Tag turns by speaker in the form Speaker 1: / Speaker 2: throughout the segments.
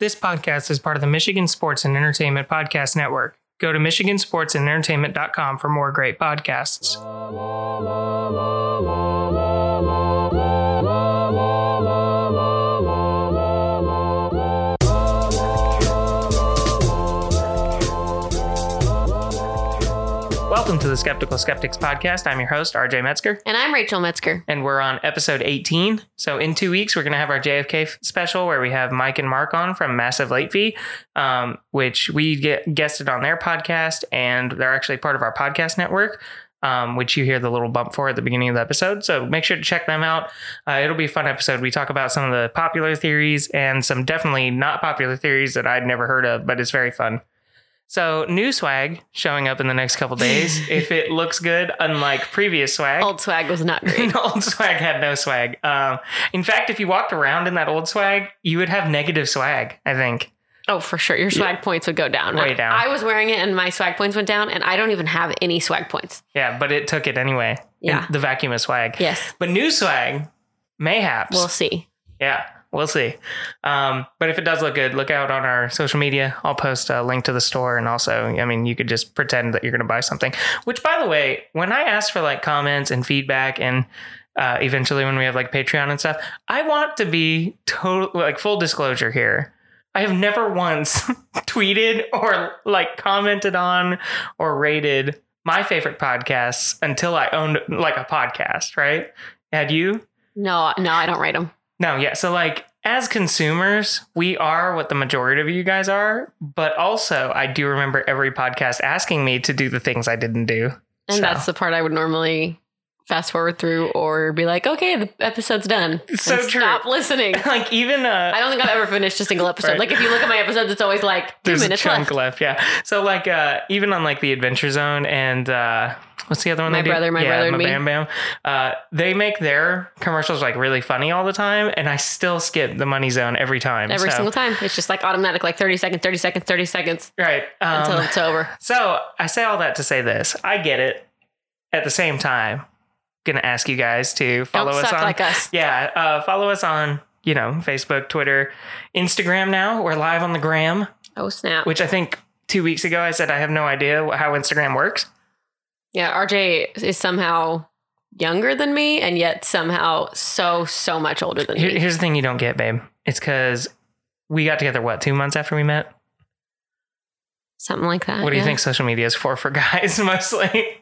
Speaker 1: This podcast is part of the Michigan Sports and Entertainment Podcast Network. Go to michigansportsandentertainment.com for more great podcasts. Welcome to the Skeptical Skeptics Podcast. I'm your host, RJ Metzger.
Speaker 2: And I'm Rachel Metzger.
Speaker 1: and we're on episode 18. So in two weeks, we're going to have our JFK f- special where we have Mike and Mark on from Massive Late Fee, um, which we get guested on their podcast, and they're actually part of our podcast network. Um, which you hear the little bump for at the beginning of the episode. So make sure to check them out. Uh, it'll be a fun episode. We talk about some of the popular theories and some definitely not popular theories that I'd never heard of, but it's very fun. So new swag showing up in the next couple days. if it looks good, unlike previous swag,
Speaker 2: Old swag was not great.
Speaker 1: the old swag had no swag. Um, in fact, if you walked around in that old swag, you would have negative swag. I think.
Speaker 2: oh, for sure. Your swag points would go down.
Speaker 1: Way down.
Speaker 2: I was wearing it and my swag points went down, and I don't even have any swag points.
Speaker 1: Yeah, but it took it anyway. in
Speaker 2: Yeah.
Speaker 1: the vacuum of swag.
Speaker 2: Yes.
Speaker 1: But new swag, mayhaps.
Speaker 2: We'll see.
Speaker 1: yeah, we'll see. Um, but if it does look good, look out on our social media. I'll post a link to the store, and also, I mean, you could just pretend that you're going to buy something. Which, by the way, when I ask for like comments and feedback and uh, eventually when we have like Patreon and stuff, I want to be total like full disclosure here. I have never once tweeted or like commented on or rated my favorite podcasts until I owned like a podcast, right? Had you?
Speaker 2: No, no, I don't rate them.
Speaker 1: No, yeah. So like as consumers, we are what the majority of you guys are, but also I do remember every podcast asking me to do the things I didn't do.
Speaker 2: And
Speaker 1: So-
Speaker 2: that's the part I would normally fast forward through or be like, okay, the episode's done.
Speaker 1: So
Speaker 2: And
Speaker 1: true.
Speaker 2: Stop listening.
Speaker 1: like even uh
Speaker 2: I don't think I've ever finished a single episode.
Speaker 1: Right.
Speaker 2: Like if you look at my episodes, it's always like two
Speaker 1: there's a
Speaker 2: minutes
Speaker 1: chunk left.
Speaker 2: left.
Speaker 1: yeah. So like uh even on like the Adventure Zone and uh what's the other one?
Speaker 2: My
Speaker 1: they do?
Speaker 2: Brother, My
Speaker 1: yeah,
Speaker 2: Brother and
Speaker 1: my
Speaker 2: Me.
Speaker 1: Bam Bam. Uh, they make their commercials like really funny all the time, and I still skip the Money Zone every time.
Speaker 2: Every
Speaker 1: so,
Speaker 2: single time. It's just like automatic, like 30 seconds, 30 seconds, 30 seconds
Speaker 1: right um,
Speaker 2: until it's over.
Speaker 1: So I say all that to say this. I get it. At the same time, gonna ask you guys to follow
Speaker 2: Don't
Speaker 1: us
Speaker 2: suck
Speaker 1: on.
Speaker 2: like us.
Speaker 1: yeah, uh, follow us on. You know, Facebook, Twitter, Instagram. Now we're live on the gram,
Speaker 2: Oh, snap.
Speaker 1: which I think two weeks ago I said I have no idea wh- how Instagram works.
Speaker 2: Yeah, RJ is somehow younger than me and yet somehow so so much older than
Speaker 1: Here-
Speaker 2: me.
Speaker 1: here's the thing you don't get, babe. It's because we got together what two months after we met.
Speaker 2: Something like that.
Speaker 1: What do you
Speaker 2: Uh, yeah.
Speaker 1: think social media is for for guys mostly?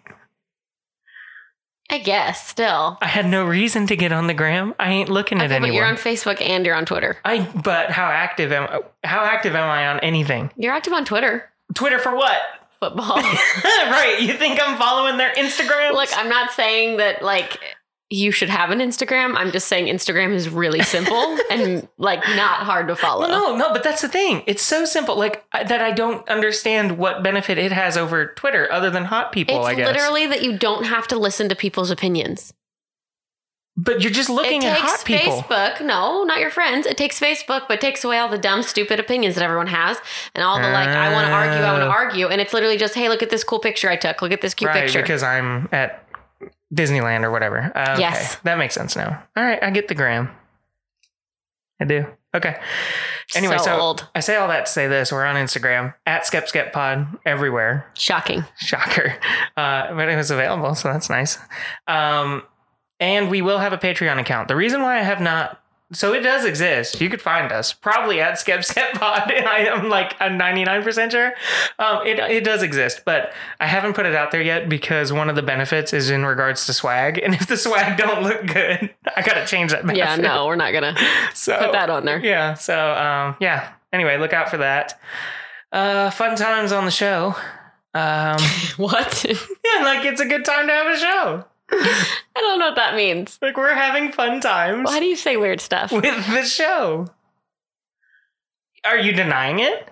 Speaker 2: I guess still.
Speaker 1: I had no reason to get on the gram. I ain't looking at
Speaker 2: Okay, but
Speaker 1: anyone.
Speaker 2: you're on Facebook and you're on Twitter.
Speaker 1: I but how active am how active am I on anything?
Speaker 2: You're active on Twitter.
Speaker 1: Twitter for what?
Speaker 2: Football.
Speaker 1: right? You think I'm following their Instagram?
Speaker 2: Look, I'm not saying that like you should have an Instagram. I'm just saying Instagram is really simple and like not hard to follow.
Speaker 1: well, no, no, but that's the thing. It's so simple, like I- that. I don't understand what benefit it has over Twitter other than hot people. I
Speaker 2: it's
Speaker 1: guess.
Speaker 2: literally that you don't have to listen to people's opinions.
Speaker 1: but you're just looking
Speaker 2: it
Speaker 1: at
Speaker 2: takes
Speaker 1: hot people.
Speaker 2: Facebook, no, not your friends. It takes Facebook, but takes away all the dumb, stupid opinions that everyone has, and all the like. I want to argue, I want
Speaker 1: Oh.
Speaker 2: to argue, and it's literally just, hey, look at this cool picture I took. Look at this cute
Speaker 1: right?
Speaker 2: picture.
Speaker 1: Because I'm at Disneyland or whatever. Uh, okay.
Speaker 2: Yes.
Speaker 1: that makes sense now. All right, I get the gram. I do. Okay. Anyway, so,
Speaker 2: old,
Speaker 1: I say all that to say this: we're on Instagram at SkepSkepPod everywhere.
Speaker 2: shocking.
Speaker 1: Shocker. Uh, but it was available, so that's nice. Um, and we will have a Patreon account. The reason why I have not so it does exist. You could find us probably at Skep Skep Pod. I am like I'm 99% sure. Um, it it does exist, but I haven't put it out there yet because one of the benefits is in regards to swag. And if the swag don't look good, I gotta change that. Benefit.
Speaker 2: Yeah, no, we're not gonna
Speaker 1: So
Speaker 2: put that on there.
Speaker 1: yeah. So um, yeah. Anyway, look out for that. Uh, fun times on the show. Um,
Speaker 2: What? I
Speaker 1: yeah, like it's a good time to have a show.
Speaker 2: don't know what that means.
Speaker 1: Like we're having fun times
Speaker 2: Why do you say weird stuff?
Speaker 1: with the show. Are you denying it?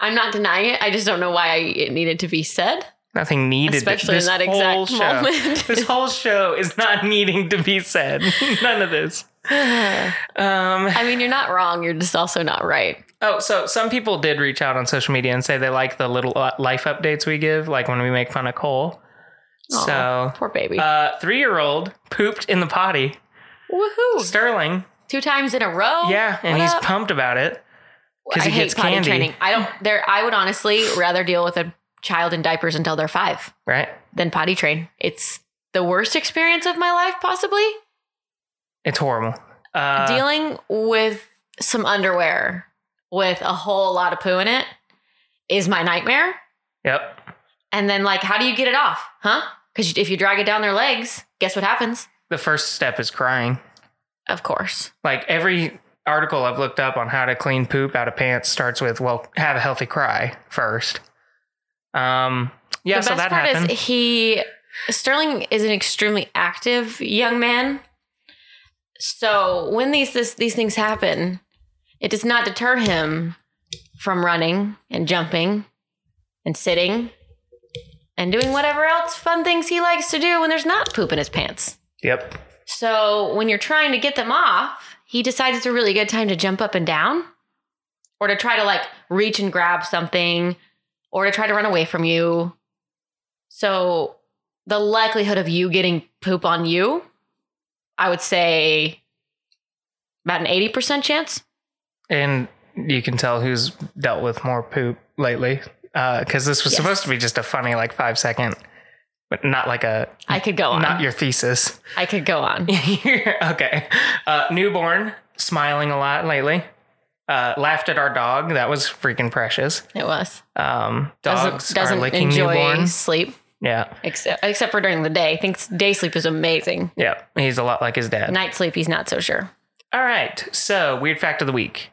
Speaker 2: I'm not denying it. I just don't know why it needed to be said,
Speaker 1: Nothing needed.
Speaker 2: especially in
Speaker 1: This
Speaker 2: that
Speaker 1: whole
Speaker 2: exact
Speaker 1: show- This
Speaker 2: moment.
Speaker 1: whole show is not needing to be said. None of this.
Speaker 2: I
Speaker 1: Um,
Speaker 2: mean, you're not wrong. You're just also not right.
Speaker 1: oh, so some people did reach out on social media and say they like the little uh, life updates we give, like when we make fun of Cole.
Speaker 2: Aw,
Speaker 1: So,
Speaker 2: poor baby.
Speaker 1: uh, three year old pooped in the potty.
Speaker 2: Woohoo!
Speaker 1: Sterling.
Speaker 2: Two times in a row.
Speaker 1: Yeah, and
Speaker 2: Oh, What
Speaker 1: he's
Speaker 2: up?
Speaker 1: pumped about it.
Speaker 2: I
Speaker 1: he
Speaker 2: hate
Speaker 1: gets
Speaker 2: potty
Speaker 1: candy.
Speaker 2: training. I don't. There, I would honestly rather deal with a child in diapers until they're five
Speaker 1: right?
Speaker 2: than potty train. It's the worst experience of my life, possibly.
Speaker 1: It's horrible. Uh,
Speaker 2: Dealing with some underwear with a whole lot of poo in it is my nightmare.
Speaker 1: Yep.
Speaker 2: And then, like, how do you get it off, huh? Because if you drag it down their legs, guess what happens?
Speaker 1: The first step is crying.
Speaker 2: Of course.
Speaker 1: Like every article I've looked up on how to clean poop out of pants starts with, well, have a healthy cry first. Um, yeah,
Speaker 2: the
Speaker 1: so
Speaker 2: best
Speaker 1: that
Speaker 2: part
Speaker 1: happened.
Speaker 2: is he Sterling is an extremely active young man. So when these this, these things happen, it does not deter him from running and jumping and sitting and doing whatever else fun things he likes to do when there's not poop in his pants.
Speaker 1: yep.
Speaker 2: So when you're trying to get them off, he decides it's a really good time to jump up and down or to try to like reach and grab something or to try to run away from you. So the likelihood of you getting poop on you, I would say about an 80% chance.
Speaker 1: And you can tell who's dealt with more poop lately. Because this was
Speaker 2: Yes.
Speaker 1: supposed to be just a funny, like, five second, but not like a,
Speaker 2: I could go on.
Speaker 1: not your thesis.
Speaker 2: I could go on.
Speaker 1: okay. Uh, newborn, smiling a lot lately. Uh, laughed at our dog. That was freaking precious.
Speaker 2: It was.
Speaker 1: Um,
Speaker 2: Doesn't-
Speaker 1: dogs
Speaker 2: doesn't
Speaker 1: are licking
Speaker 2: enjoy
Speaker 1: newborn.
Speaker 2: sleep
Speaker 1: Yeah.
Speaker 2: except, except for during the day. Thinks day sleep is amazing.
Speaker 1: Yeah. He's a lot like his dad.
Speaker 2: Night sleep he's not so sure.
Speaker 1: All right. So, weird fact of the week.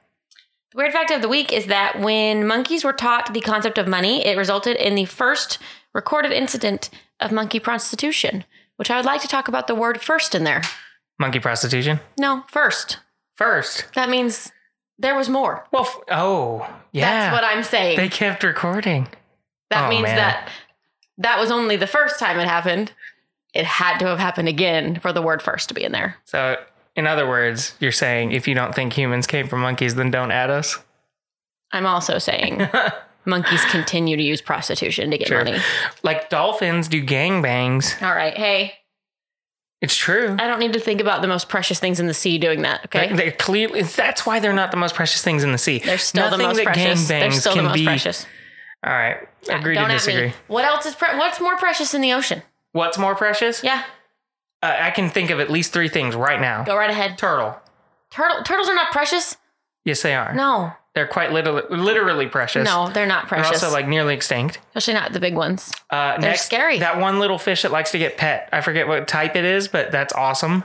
Speaker 2: The weird fact of the week is that when monkeys were taught the concept of money, it resulted in the first recorded incident of monkey prostitution, which I would like to talk about the word first in there.
Speaker 1: Monkey prostitution.
Speaker 2: No, first.
Speaker 1: First.
Speaker 2: That means there was more.
Speaker 1: Well, f- oh, yeah.
Speaker 2: That's what I'm saying.
Speaker 1: they kept recording.
Speaker 2: that
Speaker 1: oh,
Speaker 2: means
Speaker 1: man.
Speaker 2: that that was only the first time it happened. It had to have happened again for the word first to be in there.
Speaker 1: So, in other words, you're saying if you don't think humans came from monkeys, then don't add us.
Speaker 2: I'm also saying monkeys continue to use prostitution to get
Speaker 1: Sure.
Speaker 2: money.
Speaker 1: like dolphins do gangbangs.
Speaker 2: All right. Hey,
Speaker 1: It's true.
Speaker 2: I don't need to think about the most precious things in the sea doing that. Okay.
Speaker 1: They, they clearly, that's why they're not the most precious things in the sea.
Speaker 2: They're still the most precious. They're
Speaker 1: gangbangs
Speaker 2: still the
Speaker 1: can
Speaker 2: most
Speaker 1: be-
Speaker 2: precious.
Speaker 1: All right. Agree to
Speaker 2: Don't at me.
Speaker 1: disagree.
Speaker 2: What else is pre- what's more precious in the ocean?
Speaker 1: What's more precious?
Speaker 2: Yeah,
Speaker 1: Uh, I can think of at least three things right now.
Speaker 2: go right ahead.
Speaker 1: Turtle.
Speaker 2: Turtle turtles are not precious.
Speaker 1: Yes, they are.
Speaker 2: No,
Speaker 1: They're quite literally, literally precious.
Speaker 2: no, they're not
Speaker 1: They're
Speaker 2: precious.
Speaker 1: also like nearly extinct.
Speaker 2: Especially not the big ones.
Speaker 1: Uh,
Speaker 2: They're
Speaker 1: next,
Speaker 2: scary.
Speaker 1: That one little fish that likes to get pet. I forget what type it is, but that's awesome.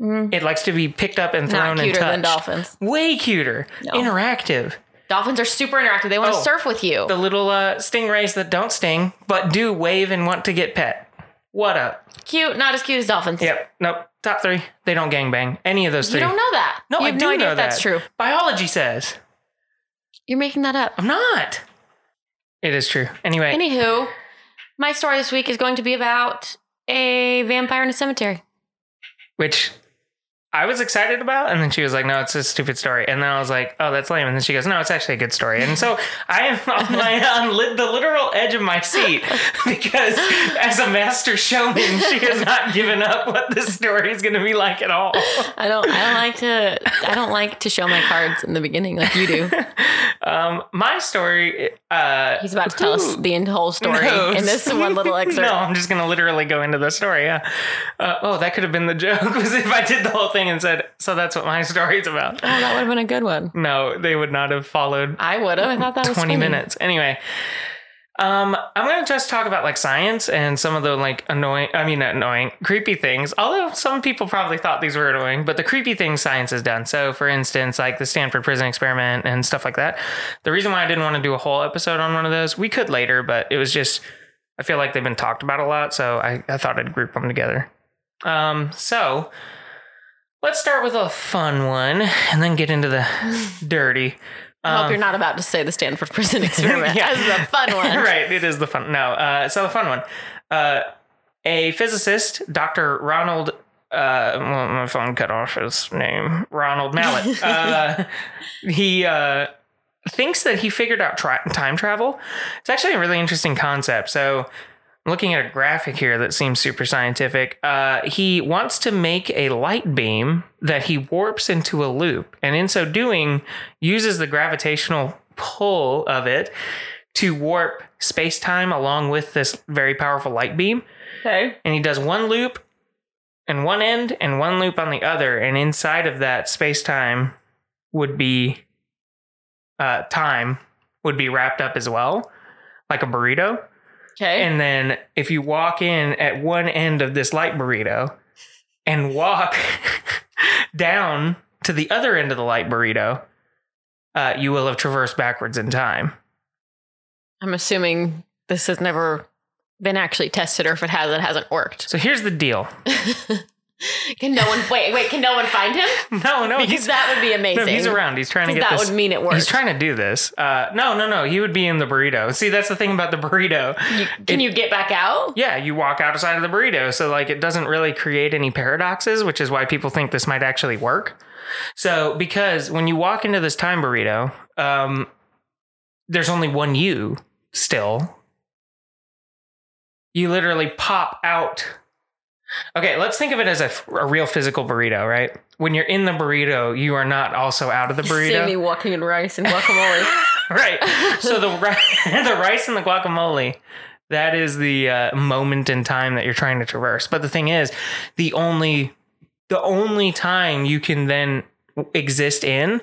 Speaker 2: Mm,
Speaker 1: It likes to be picked up and thrown
Speaker 2: not cuter than
Speaker 1: and touched.
Speaker 2: dolphins.
Speaker 1: Way cuter.
Speaker 2: No.
Speaker 1: Interactive.
Speaker 2: Dolphins are super interactive. They want to
Speaker 1: Oh.
Speaker 2: surf with you.
Speaker 1: The little uh, stingrays that don't sting but do wave and want to get pet. What up?
Speaker 2: cute, not as cute as dolphins.
Speaker 1: Yep. Nope. Top three. They don't gangbang. Any of those
Speaker 2: You
Speaker 1: three.
Speaker 2: don't know that.
Speaker 1: No,
Speaker 2: you
Speaker 1: I
Speaker 2: have
Speaker 1: do
Speaker 2: no idea
Speaker 1: know
Speaker 2: if that's
Speaker 1: that.
Speaker 2: true.
Speaker 1: Biology says.
Speaker 2: You're making that up.
Speaker 1: I'm not. It is true. Anyway,
Speaker 2: Anywho, my story this week is going to be about a vampire in a cemetery.
Speaker 1: which I was excited about. And then she was like, no, it's a stupid story. And then I was like, oh, that's lame. And then she goes, no, it's actually a good stostory. And so I am on my on li- the literal edge of my seat because as a master showman, she has not given up what this story is going to be like at all.
Speaker 2: I don't. I don't like to. I don't like to show my cards in the beginning like you do.
Speaker 1: Um, my story. Uh,
Speaker 2: He's about to tell us the en- whole story
Speaker 1: No.
Speaker 2: in this one little excerpt.
Speaker 1: No, I'm just gonna literally go into the story. Yeah. Uh, oh, that could have been the joke. Was if I did the whole thing and said, "So that's what my story's about."
Speaker 2: Oh, that would have been a good one.
Speaker 1: No, they would not have followed
Speaker 2: I would have. I thought that was
Speaker 1: 20
Speaker 2: funny.
Speaker 1: minutes. Anyway, um, I'm gonna just talk about like science and some of the like annoying. I mean, not annoying, creepy things. Although some people probably thought these were annoying, but the creepy things science has done. So, for instance, like the Stanford Prison Experiment and stuff like that. The reason why I didn't want to do a whole episode on one of those, we could later, but it was just I feel like they've been talked about a lot, so I, I thought I'd group them together. Um, so. Let's start with a fun one and then get into the dirty.
Speaker 2: I hope
Speaker 1: Um,
Speaker 2: you're not about to say the Stanford Prison Experiment.
Speaker 1: Yeah.
Speaker 2: That's the fun one.
Speaker 1: right, it is the fun. No, uh, so the fun one. Uh, a physicist, Dr. Ronald. Uh, well, my phone cut off his name, Ronald Mallet. uh, he uh, thinks that he figured out tri- time travel. It's actually a really interesting concept. So looking at a graphic here that seems super scientific. Uh, he wants to make a light beam that he warps into a loop, and in so doing, uses the gravitational pull of it to warp space time along with this very powerful light beam.
Speaker 2: Okay.
Speaker 1: And he does one loop in one end and one loop on the other, and inside of that space time would be uh, time would be wrapped up as well, like a burrito.
Speaker 2: Okay.
Speaker 1: And then if you walk in at one end of this light burrito and walk down to the other end of the light burrito, uh, you will have traversed backwards in time.
Speaker 2: I'm assuming this has never been actually tested, or if it has, it hasn't worked.
Speaker 1: So here's the deal.
Speaker 2: Can no one wait? Wait, can no one find him?
Speaker 1: No, no,
Speaker 2: Because
Speaker 1: Oh, he's
Speaker 2: that would be amazing.
Speaker 1: no, he's around. He's trying to
Speaker 2: 'Cause
Speaker 1: get
Speaker 2: that
Speaker 1: this.
Speaker 2: would mean it worked.
Speaker 1: He's trying to do this. Uh, no, no, no. He would be in the burrito. See, that's the thing about the burrito.
Speaker 2: You, can
Speaker 1: it-
Speaker 2: you get back out?
Speaker 1: Yeah, you walk outside of the burrito. So, like, it doesn't really create any paradoxes, which is why people think this might actually work. So, because when you walk into this time burrito, um, there's only one you still. You literally pop out. Okay, let's think of it as a, a real physical burrito, right? When you're in the burrito, you are not also out of the burrito.
Speaker 2: See me walking in rice and guacamole.
Speaker 1: right. So the ri- the rice and the guacamole, that is the uh, moment in time that you're trying to traverse. But the thing is, the only the only time you can then exist in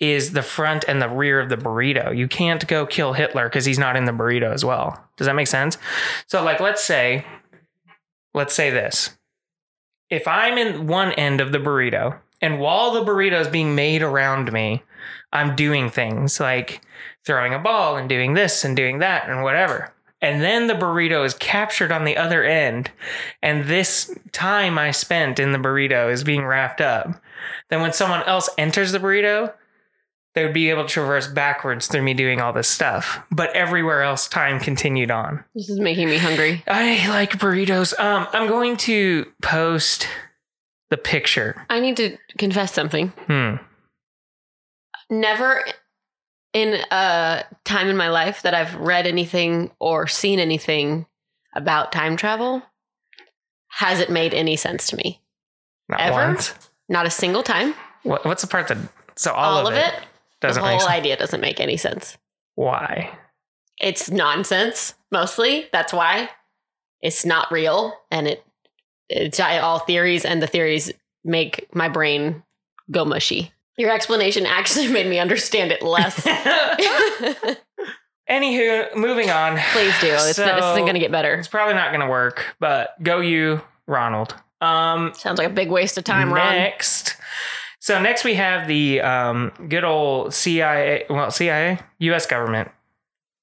Speaker 1: is the front and the rear of the burrito. You can't go kill Hitler because he's not in the burrito as well. Does that make sense? So like let's say let's say this. If I'm in one end of the burrito and while the burrito is being made around me, I'm doing things like throwing a ball and doing this and doing that and whatever. And then the burrito is captured on the other end. And this time I spent in the burrito is being wrapped up. Then when someone else enters the burrito, they would be able to traverse backwards through me doing all this stuff. But everywhere else, time continued on.
Speaker 2: this is making me hungry.
Speaker 1: I like burritos. Um, I'm going to post the picture.
Speaker 2: I need to confess something.
Speaker 1: Hmm.
Speaker 2: Never in a time in my life that I've read anything or seen anything about time travel has it made any sense to me.
Speaker 1: Not
Speaker 2: Ever?
Speaker 1: once.
Speaker 2: Not a single time.
Speaker 1: What, what's the part that? So all,
Speaker 2: All, of it.
Speaker 1: doesn't
Speaker 2: the whole
Speaker 1: make sense.
Speaker 2: idea doesn't make any sense.
Speaker 1: Why?
Speaker 2: It's nonsense mostly. That's why it's not real, and it it's all theories, and the theories make my brain go mushy. Your explanation actually made me understand it less.
Speaker 1: Anywho, moving on.
Speaker 2: Please do. It's not, this
Speaker 1: So-
Speaker 2: isn't going to get better.
Speaker 1: It's probably not going to work, but go you, Ronald. Um,
Speaker 2: Sounds like a big waste of time, Ron.
Speaker 1: next. So next we have the um, good old CIA, well, CIA, U.S. government.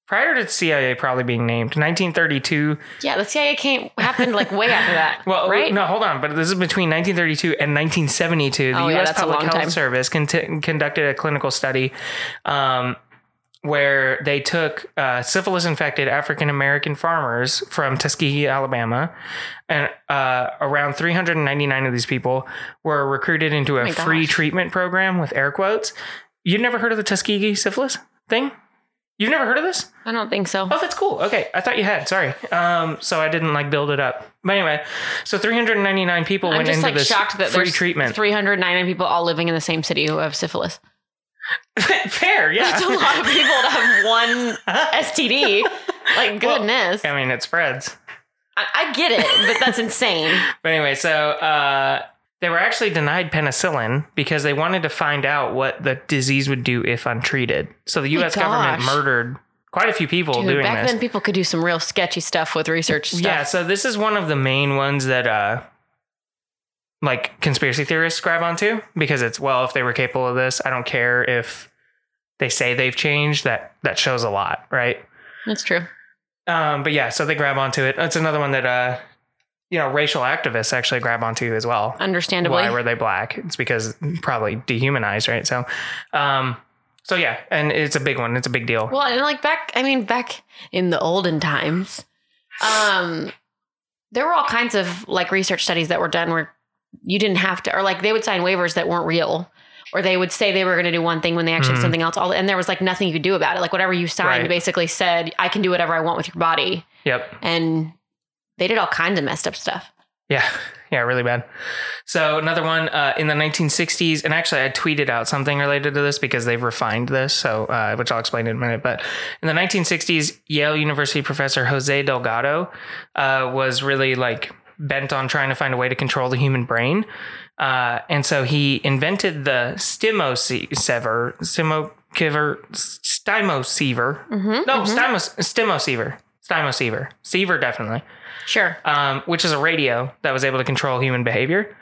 Speaker 1: Prior to CIA probably being named, 1932.
Speaker 2: Yeah, the CIA came happened like way after that.
Speaker 1: Well, oh,
Speaker 2: right?
Speaker 1: no, hold on. But this is between 1932 and 1972. The
Speaker 2: Oh, yeah,
Speaker 1: U.S.
Speaker 2: that's a
Speaker 1: Public
Speaker 2: long
Speaker 1: Health
Speaker 2: time.
Speaker 1: Service conti- conducted a clinical study um, where they took uh, syphilis-infected African American farmers from Tuskegee, Alabama, and uh, around 399 of these people were recruited into a
Speaker 2: Oh my gosh.
Speaker 1: free treatment program with air quotes. You've never heard of the Tuskegee syphilis thing? You've never heard of this?
Speaker 2: I don't think so.
Speaker 1: Oh, that's cool. Okay, I thought you had. Sorry. Um, so I didn't like build it up. But anyway, so 399 people
Speaker 2: I'm
Speaker 1: Oh, went
Speaker 2: just
Speaker 1: into
Speaker 2: like
Speaker 1: this
Speaker 2: shocked that
Speaker 1: free
Speaker 2: there's
Speaker 1: treatment.
Speaker 2: 399 people all living in the same city who have syphilis.
Speaker 1: Fair, yeah.
Speaker 2: That's a lot of people to have one STD. Like
Speaker 1: Well,
Speaker 2: goodness,
Speaker 1: I mean, it spreads.
Speaker 2: I, I get it, but that's insane.
Speaker 1: But anyway, so uh, they were actually denied penicillin because they wanted to find out what the disease would do if untreated. So the
Speaker 2: My
Speaker 1: U.S. government
Speaker 2: gosh.
Speaker 1: murdered quite a few people
Speaker 2: Dude,
Speaker 1: doing
Speaker 2: back
Speaker 1: this.
Speaker 2: then, people could do some real sketchy stuff with research stuff.
Speaker 1: Yeah, so this is one of the main ones that uh like conspiracy theorists grab onto because it's well, if they were capable of this, I don't care if they say they've changed, that that shows a lot, right?
Speaker 2: that's true.
Speaker 1: Um but yeah, so they grab onto it. That's another one that uh you know, racial activists actually grab onto as well.
Speaker 2: Understandably,
Speaker 1: Why were they black? It's because probably dehumanized, right? So um so yeah, and it's a big one. It's a big deal.
Speaker 2: Well, and like back, I mean, back in the olden times, um, there were all kinds of like research studies that were done where you didn't have to, or like they would sign waivers that weren't real, or they would say they were going to do one thing when they actually
Speaker 1: Mhm.
Speaker 2: did something else. All and there was like nothing you could do about it. Like whatever you signed
Speaker 1: Right.
Speaker 2: basically said, I can do whatever I want with your body,
Speaker 1: Yep.
Speaker 2: and They did all kinds of messed up stuff.
Speaker 1: Yeah, yeah, really bad. So another one uh, in the 1960s, and actually I tweeted out something related to this because they've refined this, so uh, which I'll explain in a minute. But in the 1960s, Yale University professor Jose Delgado uh, was really like bent on trying to find a way to control the human brain, uh, and so he invented the stimo sever, stimo kiver, stimo seaver.
Speaker 2: Mm-hmm.
Speaker 1: No, stimo stimo seaver, stimo seaver, seaver definitely
Speaker 2: Sure.
Speaker 1: um, which is a radio that was able to control human behavior.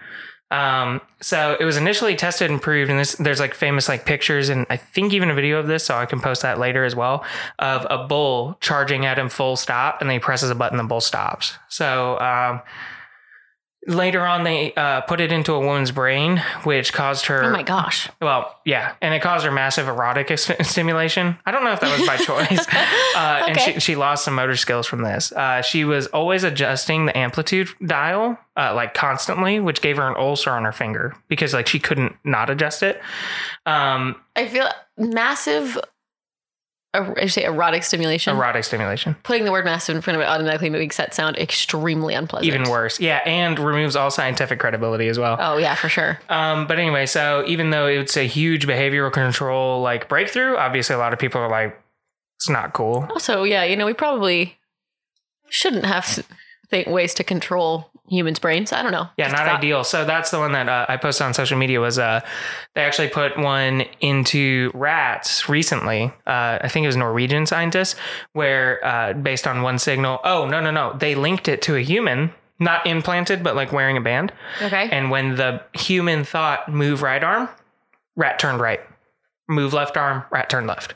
Speaker 1: Um, so it was initially tested and proved, and this, there's like famous like pictures and I think even a video of this, so I can post that later as well, of a bull charging at him full stop, and then he presses a button, the bull stops. So um, later on, they uh, put it into a woman's brain, which caused her.
Speaker 2: Oh my gosh.
Speaker 1: Well, yeah, and it caused her massive erotic s- stimulation. I don't know if that was by choice, uh, and
Speaker 2: Okay.
Speaker 1: she, she lost some motor skills from this. Uh, she was always adjusting the amplitude dial uh, like constantly, which gave her an ulcer on her finger because like she couldn't not adjust it. Um,
Speaker 2: I feel massive. er- I say erotic stimulation.
Speaker 1: erotic stimulation,
Speaker 2: Putting the word massive in front of it automatically makes that sound extremely unpleasant.
Speaker 1: even worse. Yeah, and removes all scientific credibility as well.
Speaker 2: Oh yeah, for sure.
Speaker 1: Um, but anyway, so even though it's a huge behavioral control like breakthrough, obviously a lot of people are like, it's not cool.
Speaker 2: Also, yeah, you know, we probably shouldn't have s- think ways to control humans' brains. I don't know.
Speaker 1: Yeah,
Speaker 2: Just
Speaker 1: not
Speaker 2: thought.
Speaker 1: ideal. So that's the one that uh, I posted on social media was uh, they actually put one into rats recently. Uh, I think it was Norwegian scientists where uh, based on one signal. Oh no no no! They linked it to a human, not implanted, but like wearing a band.
Speaker 2: Okay.
Speaker 1: And when the human thought move right arm, rat turned right. Move left arm, rat turned left.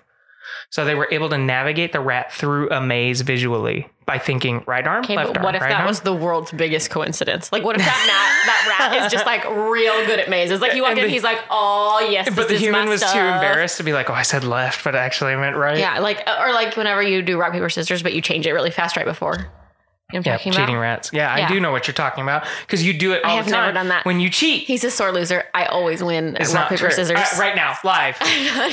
Speaker 1: So they were able to navigate the rat through a maze visually by thinking right arm,
Speaker 2: Okay,
Speaker 1: left
Speaker 2: but
Speaker 1: arm.
Speaker 2: what if
Speaker 1: right
Speaker 2: that
Speaker 1: arm.
Speaker 2: was the world's biggest coincidence? Like, what if that gnat, that rat is just like real good at mazes? Like, you walk
Speaker 1: And
Speaker 2: in,
Speaker 1: the-
Speaker 2: he's like, "Oh yes,
Speaker 1: but
Speaker 2: this
Speaker 1: the
Speaker 2: is
Speaker 1: human
Speaker 2: my
Speaker 1: was too
Speaker 2: stuff."
Speaker 1: embarrassed to be like, "Oh, I said left, but actually I meant right."
Speaker 2: Yeah, like uh, or like whenever you do rock paper scissors, but you change it really fast right before. You know what I'm
Speaker 1: Yeah,
Speaker 2: talking
Speaker 1: cheating
Speaker 2: about.
Speaker 1: rats. Yeah,
Speaker 2: Yeah.
Speaker 1: I do know what you're talking about because you do it all
Speaker 2: have
Speaker 1: the
Speaker 2: never
Speaker 1: time.
Speaker 2: done that.
Speaker 1: When you cheat,
Speaker 2: He's a sore loser. I always win at
Speaker 1: it's
Speaker 2: rock
Speaker 1: not
Speaker 2: paper
Speaker 1: true.
Speaker 2: scissors.
Speaker 1: Uh, right now, live,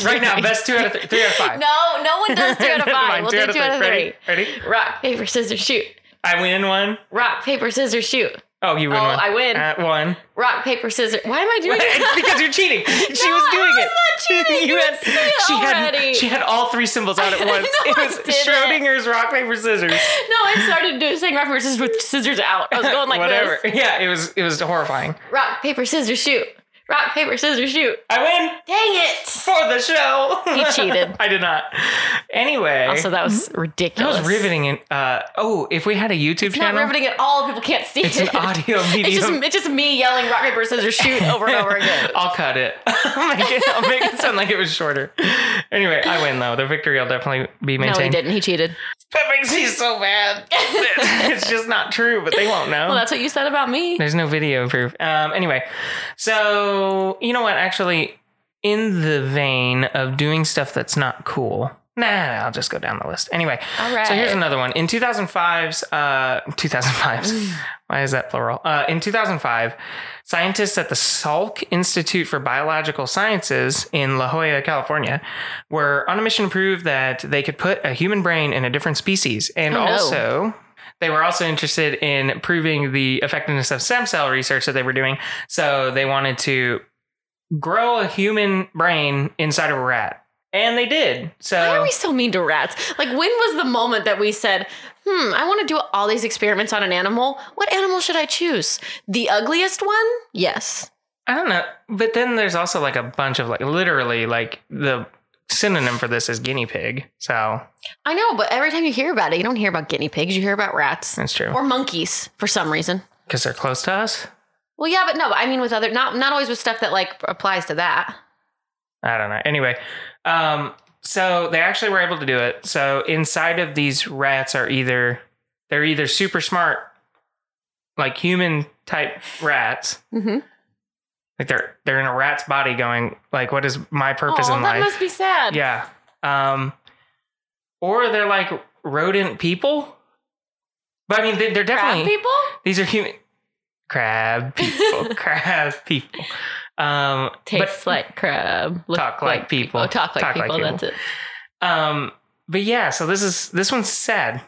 Speaker 1: right now, best two out of three, three out of five.
Speaker 2: No, no one does two out of
Speaker 1: Never
Speaker 2: five.
Speaker 1: mind,
Speaker 2: we'll do two out of three.
Speaker 1: Ready? Ready?
Speaker 2: Rock paper scissors shoot.
Speaker 1: I win one.
Speaker 2: Rock paper scissors shoot.
Speaker 1: Oh, you win
Speaker 2: Oh,
Speaker 1: one.
Speaker 2: I win.
Speaker 1: Uh, one.
Speaker 2: Rock paper scissors. Why am I doing
Speaker 1: it's
Speaker 2: that?
Speaker 1: because you're cheating. She
Speaker 2: No,
Speaker 1: was
Speaker 2: I
Speaker 1: doing
Speaker 2: was
Speaker 1: it.
Speaker 2: not cheating.
Speaker 1: you
Speaker 2: You
Speaker 1: had,
Speaker 2: said it
Speaker 1: she
Speaker 2: already.
Speaker 1: had she had all three symbols out at
Speaker 2: No,
Speaker 1: once. it
Speaker 2: I
Speaker 1: was
Speaker 2: didn't.
Speaker 1: Schrodinger's rock paper scissors.
Speaker 2: no, I started doing saying rock paper scissors with scissors out. I was going like
Speaker 1: Whatever.
Speaker 2: this.
Speaker 1: Yeah, it was it was horrifying.
Speaker 2: Rock paper scissors shoot. Rock paper scissors shoot.
Speaker 1: I win.
Speaker 2: Dang it!
Speaker 1: for the show.
Speaker 2: He cheated.
Speaker 1: I did not. Anyway,
Speaker 2: Also, Mm-hmm. that was
Speaker 1: that
Speaker 2: ridiculous.
Speaker 1: was riveting. And uh, oh, if we had a YouTube
Speaker 2: It's not
Speaker 1: channel,
Speaker 2: riveting at all. People can't see
Speaker 1: it's
Speaker 2: it.
Speaker 1: an audio
Speaker 2: It's just,
Speaker 1: medium.
Speaker 2: it's just me yelling rock, paper, scissors, shoot over and over again.
Speaker 1: I'll cut it. I'll make it. I'll make it sound like it was shorter. Anyway, I win though. The victory will definitely be
Speaker 2: No, he
Speaker 1: maintained.
Speaker 2: didn't. He cheated.
Speaker 1: That makes me so mad. it's just not true, but they won't know.
Speaker 2: Well, that's what you said about me.
Speaker 1: There's no video proof. Um, anyway, so you know what? Actually, in the vein of doing stuff that's not cool, nah, I'll just go down the list. Anyway,
Speaker 2: All right.
Speaker 1: so here's another one. In 2005's, uh, 2005's, why is that plural? Uh, in 2005, scientists at the Salk Institute for Biological Sciences in La Jolla, California, were on a mission to prove that they could put a human brain in a different species. And
Speaker 2: Oh, no.
Speaker 1: also, they were also interested in proving the effectiveness of stem cell research that they were doing. So they wanted to grow a human brain inside of a rat. And they did. So.
Speaker 2: Why are we so mean to rats? Like, when was the moment that we said, hmm, I want to do all these experiments on an animal? What animal should I choose? The ugliest one? Yes.
Speaker 1: I don't know. But then there's also like a bunch of like literally like the synonym for this is guinea pig. So
Speaker 2: I know, but every time you hear about it, you don't hear about guinea pigs, you hear about rats
Speaker 1: that's true.
Speaker 2: or monkeys for some reason.
Speaker 1: Because they're close to us.
Speaker 2: Well, yeah, but no, I mean with other not not always with stuff that like applies to that.
Speaker 1: I don't know. Anyway, um, so they actually were able to do it. So inside of these rats are either they're either super smart, like human type rats.
Speaker 2: Mm-hmm.
Speaker 1: Like they're they're in a rat's body going, like, what is my purpose
Speaker 2: Oh,
Speaker 1: in
Speaker 2: that
Speaker 1: life?
Speaker 2: must be sad.
Speaker 1: Yeah. Um, or they're like rodent people. But I mean, they- they're
Speaker 2: Crab
Speaker 1: definitely
Speaker 2: people?
Speaker 1: these are human crab people, crab people. Um,
Speaker 2: Tastes like crab. Look
Speaker 1: Talk like people.
Speaker 2: Oh, talk like
Speaker 1: Talk like
Speaker 2: people.
Speaker 1: people.
Speaker 2: That's it.
Speaker 1: but um, but yeah. So this is this one's sad.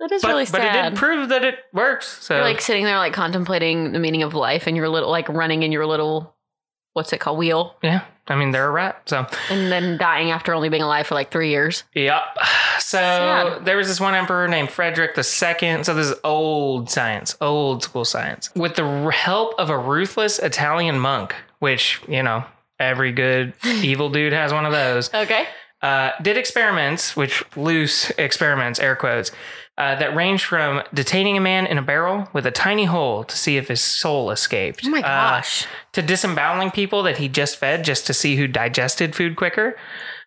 Speaker 2: That is
Speaker 1: but,
Speaker 2: really
Speaker 1: but it
Speaker 2: sad.
Speaker 1: did prove that it works. So
Speaker 2: You're like sitting there, like contemplating the meaning of life, and your little, like running in your little, what's it called, wheel,
Speaker 1: yeah, I mean they're a rat. So
Speaker 2: and then dying after only being alive for like three years.
Speaker 1: Yep. So
Speaker 2: Sad.
Speaker 1: there was this one emperor named Frederick II. So this is old science, old school science, with the r- help of a ruthless Italian monk, which, you know, every good evil dude has one of those,
Speaker 2: Okay.
Speaker 1: uh, did experiments, which loose experiments, air quotes, uh, that ranged from detaining a man in a barrel with a tiny hole to see if his soul escaped.
Speaker 2: Oh my
Speaker 1: uh,
Speaker 2: gosh.
Speaker 1: to disemboweling people that he just fed just to see who digested food quicker.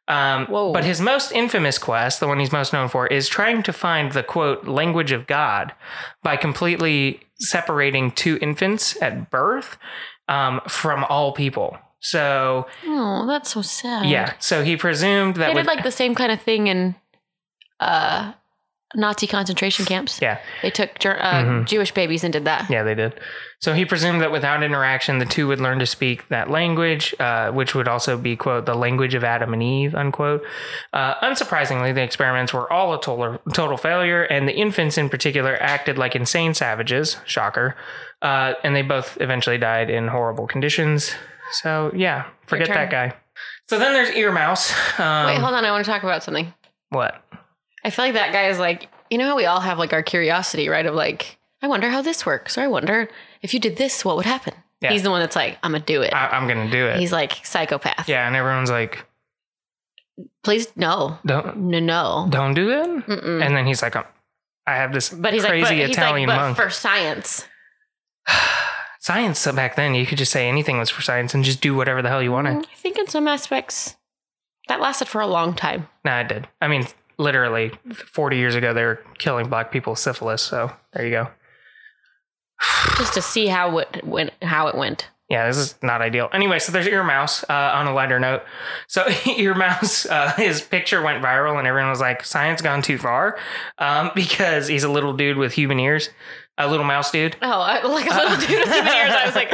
Speaker 1: Um,
Speaker 2: Whoa.
Speaker 1: But his most infamous quest, the one he's most known for, is trying to find the quote language of God by completely separating two infants at birth um, from all people. So
Speaker 2: oh, that's so sad.
Speaker 1: yeah, so he presumed that
Speaker 2: They
Speaker 1: with,
Speaker 2: did like the same kind of thing in uh, Nazi concentration camps.
Speaker 1: yeah
Speaker 2: They took Ger- uh,
Speaker 1: Mhm.
Speaker 2: Jewish babies and did that.
Speaker 1: yeah they did. So he presumed that without interaction, the two would learn to speak that language, uh, which would also be quote the language of Adam and Eve unquote. Uh, unsurprisingly, the experiments were all a total, total failure, and the infants in particular acted like insane savages. Shocker. Uh, and they both eventually died in horrible conditions. So, yeah, forget
Speaker 2: Your turn.
Speaker 1: that guy. So then there's Ear Mouse. Um,
Speaker 2: Wait, hold on. I want to talk about something.
Speaker 1: What?
Speaker 2: I feel like that guy is like, you know how we all have like our curiosity, right? Of like, I wonder how this works, or I wonder if you did this, what would happen?
Speaker 1: Yeah.
Speaker 2: He's the one that's like, I'm gonna do it.
Speaker 1: I, I'm going to do it.
Speaker 2: He's like psychopath.
Speaker 1: yeah, and everyone's like,
Speaker 2: Please no,
Speaker 1: don't
Speaker 2: no, no.
Speaker 1: don't do it.
Speaker 2: Mm-mm.
Speaker 1: And then he's like, um, I have this
Speaker 2: Mm. But he's
Speaker 1: crazy
Speaker 2: like, but, he's like,
Speaker 1: Italian
Speaker 2: but
Speaker 1: monk.
Speaker 2: for science.
Speaker 1: science uh, back then you could just say anything was for science and just do whatever the hell you wanted
Speaker 2: Mm, I think in some aspects, that lasted for a long time.
Speaker 1: no it did i mean literally 40 years ago they were killing black people with syphilis so there you go
Speaker 2: just to see how it went. How it went.
Speaker 1: yeah, this is not ideal. Anyway, so there's Ear Mouse uh, on a lighter note. So Ear Mouse, uh, his picture went viral, and everyone was like, "Science gone too far," um, because he's a little dude with human ears, a little mouse dude.
Speaker 2: Oh, I, like a little dude with human ears. I was like,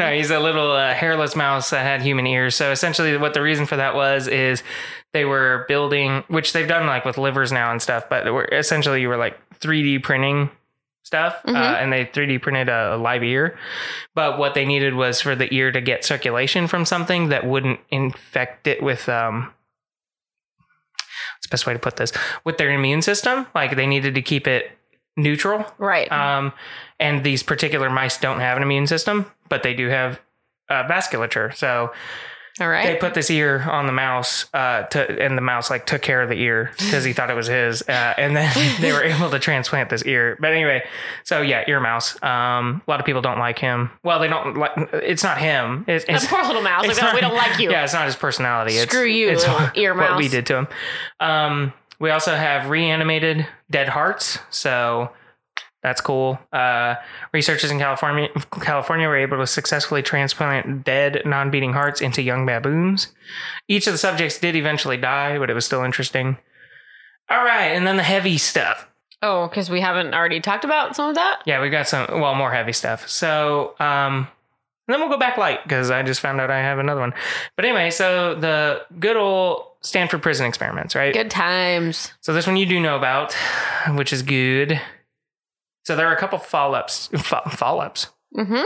Speaker 1: no, he's a little uh, hairless mouse that had human ears. So essentially, what the reason for that was is they were building, which they've done like with livers now and stuff, but were, essentially you were like 3D printing stuff,
Speaker 2: Mhm.
Speaker 1: uh, and they 3D printed a, a live ear. But what they needed was for the ear to get circulation from something that wouldn't infect it with um. What's the best way to put this? With their immune system, like they needed to keep it neutral
Speaker 2: right.
Speaker 1: um, and these particular mice don't have an immune system, but they do have uh, vasculature. So
Speaker 2: All
Speaker 1: they
Speaker 2: right.
Speaker 1: put this ear on the mouse, uh, to, and the mouse like took care of the ear because he thought it was his. Uh, and then they were able to transplant this ear. But anyway, so yeah, ear mouse. Um, a lot of people don't like him. Well, they don't like. It's not him. It's,
Speaker 2: That
Speaker 1: it's
Speaker 2: poor little mouse. Like,
Speaker 1: it's
Speaker 2: "Oh,
Speaker 1: not-
Speaker 2: we don't like you.
Speaker 1: Yeah, it's not his personality. It's-
Speaker 2: Screw you,
Speaker 1: It's
Speaker 2: little
Speaker 1: what,
Speaker 2: ear
Speaker 1: what we
Speaker 2: mouse.
Speaker 1: did to him. Um, we also have reanimated dead hearts, so that's cool. Uh, researchers in California California were able to successfully transplant dead non-beating hearts into young baboons. Each of the subjects did eventually die, but it was still interesting. All right, and then the heavy stuff.
Speaker 2: Oh, because we haven't already talked about some of that.
Speaker 1: Yeah, we got some well more heavy stuff. So um and then we'll go back light because I just found out I have another one. But anyway, so the good old Stanford prison experiments, right?
Speaker 2: Good times.
Speaker 1: So this one you do know about, which is good. So there are a couple follow ups. Follow ups.
Speaker 2: Mm-hmm.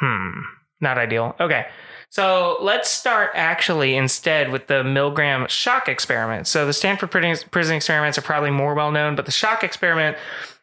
Speaker 1: Hmm. Not ideal. Okay. So let's start actually instead with the Milgram shock experiment. So the Stanford prison prison experiments are probably more well known, but the shock experiment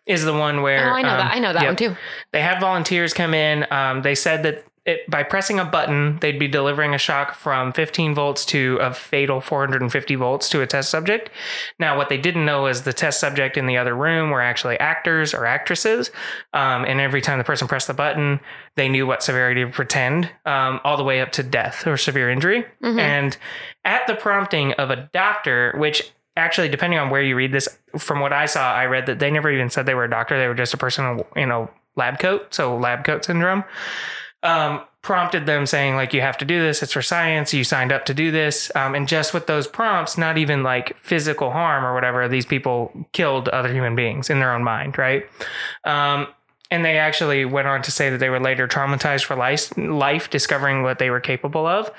Speaker 1: is the one where
Speaker 2: Oh, I know
Speaker 1: um,
Speaker 2: that. I know that
Speaker 1: yep
Speaker 2: one too.
Speaker 1: they had volunteers come in. Um, they said that it, by pressing a button, they'd be delivering a shock from 15 volts to a fatal 450 volts to a test subject. Now, what they didn't know is the test subject in the other room were actually actors or actresses. Um, and every time the person pressed the button, they knew what severity to pretend, um, all the way up to death or severe injury.
Speaker 2: Mhm.
Speaker 1: And at the prompting of a doctor, which actually, depending on where you read this, from what I saw, I read that they never even said they were a doctor. They were just a person in a lab coat. So, lab coat syndrome um, prompted them saying, like, you have to do this. It's for science. You signed up to do this. Um, and just with those prompts, not even like physical harm or whatever, these people killed other human beings in their own mind, right? Um, And they actually went on to say that they were later traumatized for life, life discovering what they were capable of.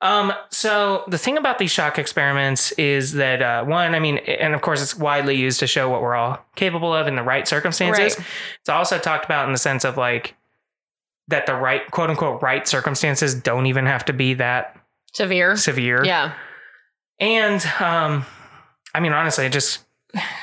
Speaker 1: Um, so the thing about these shock experiments is that uh, one, I mean, and of course, it's widely used to show what we're all capable of in the right circumstances. It's also talked about in the sense of like that the right, quote unquote, right circumstances don't even have to be that
Speaker 2: Severe.
Speaker 1: severe.
Speaker 2: Yeah.
Speaker 1: And um, I mean, honestly, it just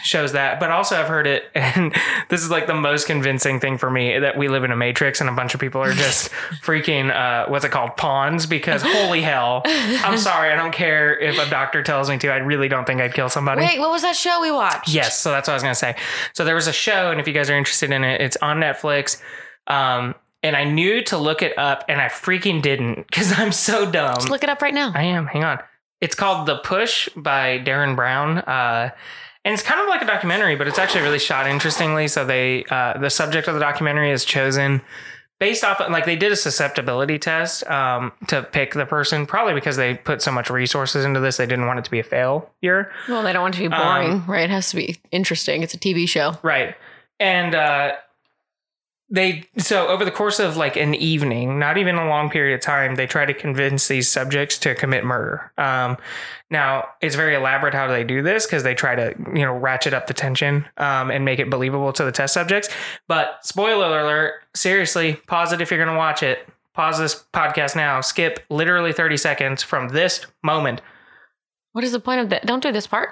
Speaker 1: shows that. But also, I've heard it, and this is like the most convincing thing for me that we live in a matrix and a bunch of people are just freaking, uh, what's it called, pawns, because holy hell. I'm sorry, I don't care if a doctor tells me to. I really don't think I'd kill somebody.
Speaker 2: Wait, what was that show we watched?
Speaker 1: Yes, so that's what I was gonna say. So there was a show, and if you guys are interested in it, it's on Netflix. Um, and I knew to look it up, and I freaking didn't because I'm so dumb.
Speaker 2: Just look it up right now.
Speaker 1: um, I am. Hang on. It's called The Push by Darren Brown. Uh, and it's kind of like a documentary, but it's actually really shot interestingly. So they, uh, the subject of the documentary is chosen based off of, like they did a susceptibility test um, to pick the person, probably because they put so much resources into this, they didn't want it to be a failure.
Speaker 2: Well, they don't want it to be boring,
Speaker 1: Um,
Speaker 2: right? It has to be interesting. It's a TV show.
Speaker 1: Right. And uh they so over the course of like an evening, not even a long period of time, they try to convince these subjects to commit murder. Um now it's very elaborate how they do this because they try to, you know, ratchet up the tension um and make it believable to the test subjects. But spoiler alert, seriously, pause it if you're gonna watch it. Pause this podcast now. Skip literally 30 seconds from this moment.
Speaker 2: What is the point of that? Don't do this part.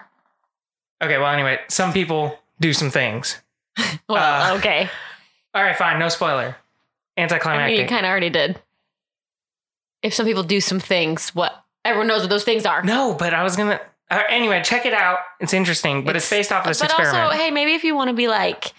Speaker 1: Okay, well anyway, some people do some things.
Speaker 2: Well,
Speaker 1: Uh,
Speaker 2: okay.
Speaker 1: All right, fine, no spoiler.
Speaker 2: I mean,
Speaker 1: Anticlimactic.
Speaker 2: you kind of already did. If some people do some things, what everyone knows what those things are.
Speaker 1: No, but I was gonna. Uh, anyway, check it out. It's interesting, but it's, based off of this
Speaker 2: but
Speaker 1: experiment.
Speaker 2: also, hey, maybe if you want to be like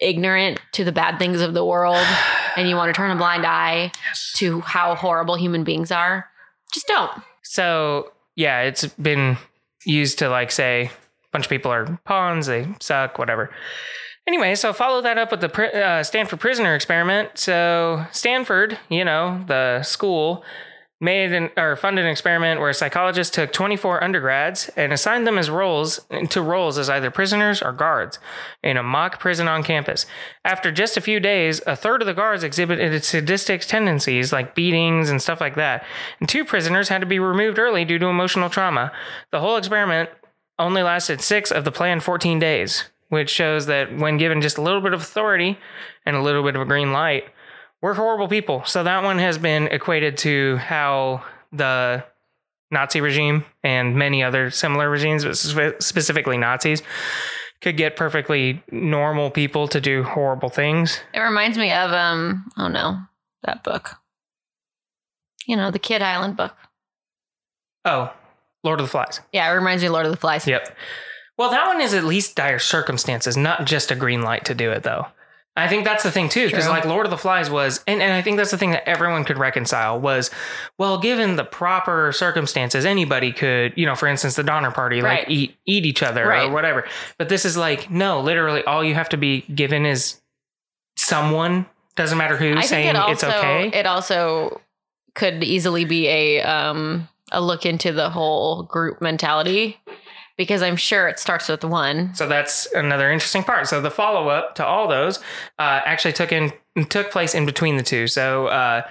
Speaker 2: ignorant to the bad things of the world and you want to turn a blind eye to how horrible human beings are, just don't.
Speaker 1: so yeah, it's been used to like say a bunch of people are pawns, they suck, whatever. Anyway, so follow that up with the pri- uh, Stanford prisoner experiment. So Stanford, you know, the school made an or funded an experiment where a psychologist took 24 undergrads and assigned them as roles to roles as either prisoners or guards in a mock prison on campus. After just a few days, a third of the guards exhibited sadistic tendencies like beatings and stuff like that. And two prisoners had to be removed early due to emotional trauma. The whole experiment only lasted 6 of the planned 14 days, which shows that when given just a little bit of authority and a little bit of a green light, we're horrible people. So that one has been equated to how the Nazi regime and many other similar regimes, but spe- specifically Nazis, could get perfectly normal people to do horrible things.
Speaker 2: It reminds me of um oh no, that book. You know, the Kid Island book.
Speaker 1: Oh, Lord of the Flies.
Speaker 2: Yeah, it reminds me of Lord of the Flies.
Speaker 1: Yep. Well, that one is at least dire circumstances, not just a green light to do it, though. I think that's the thing too, because
Speaker 2: True.
Speaker 1: like Lord of the Flies was, and, and I think that's the thing that everyone could reconcile was, well, given the proper circumstances, anybody could, you know, for instance, the Donner Party,
Speaker 2: Right.
Speaker 1: like eat eat each other or
Speaker 2: Right.
Speaker 1: whatever. But this is like, no, literally, all you have to be given is someone, doesn't matter who, saying it's okay.
Speaker 2: It also could easily be a um a look into the whole group mentality because I'm sure it starts with one.
Speaker 1: So that's another interesting part. So the follow up to all those uh, actually took in took place in between the two. So uh,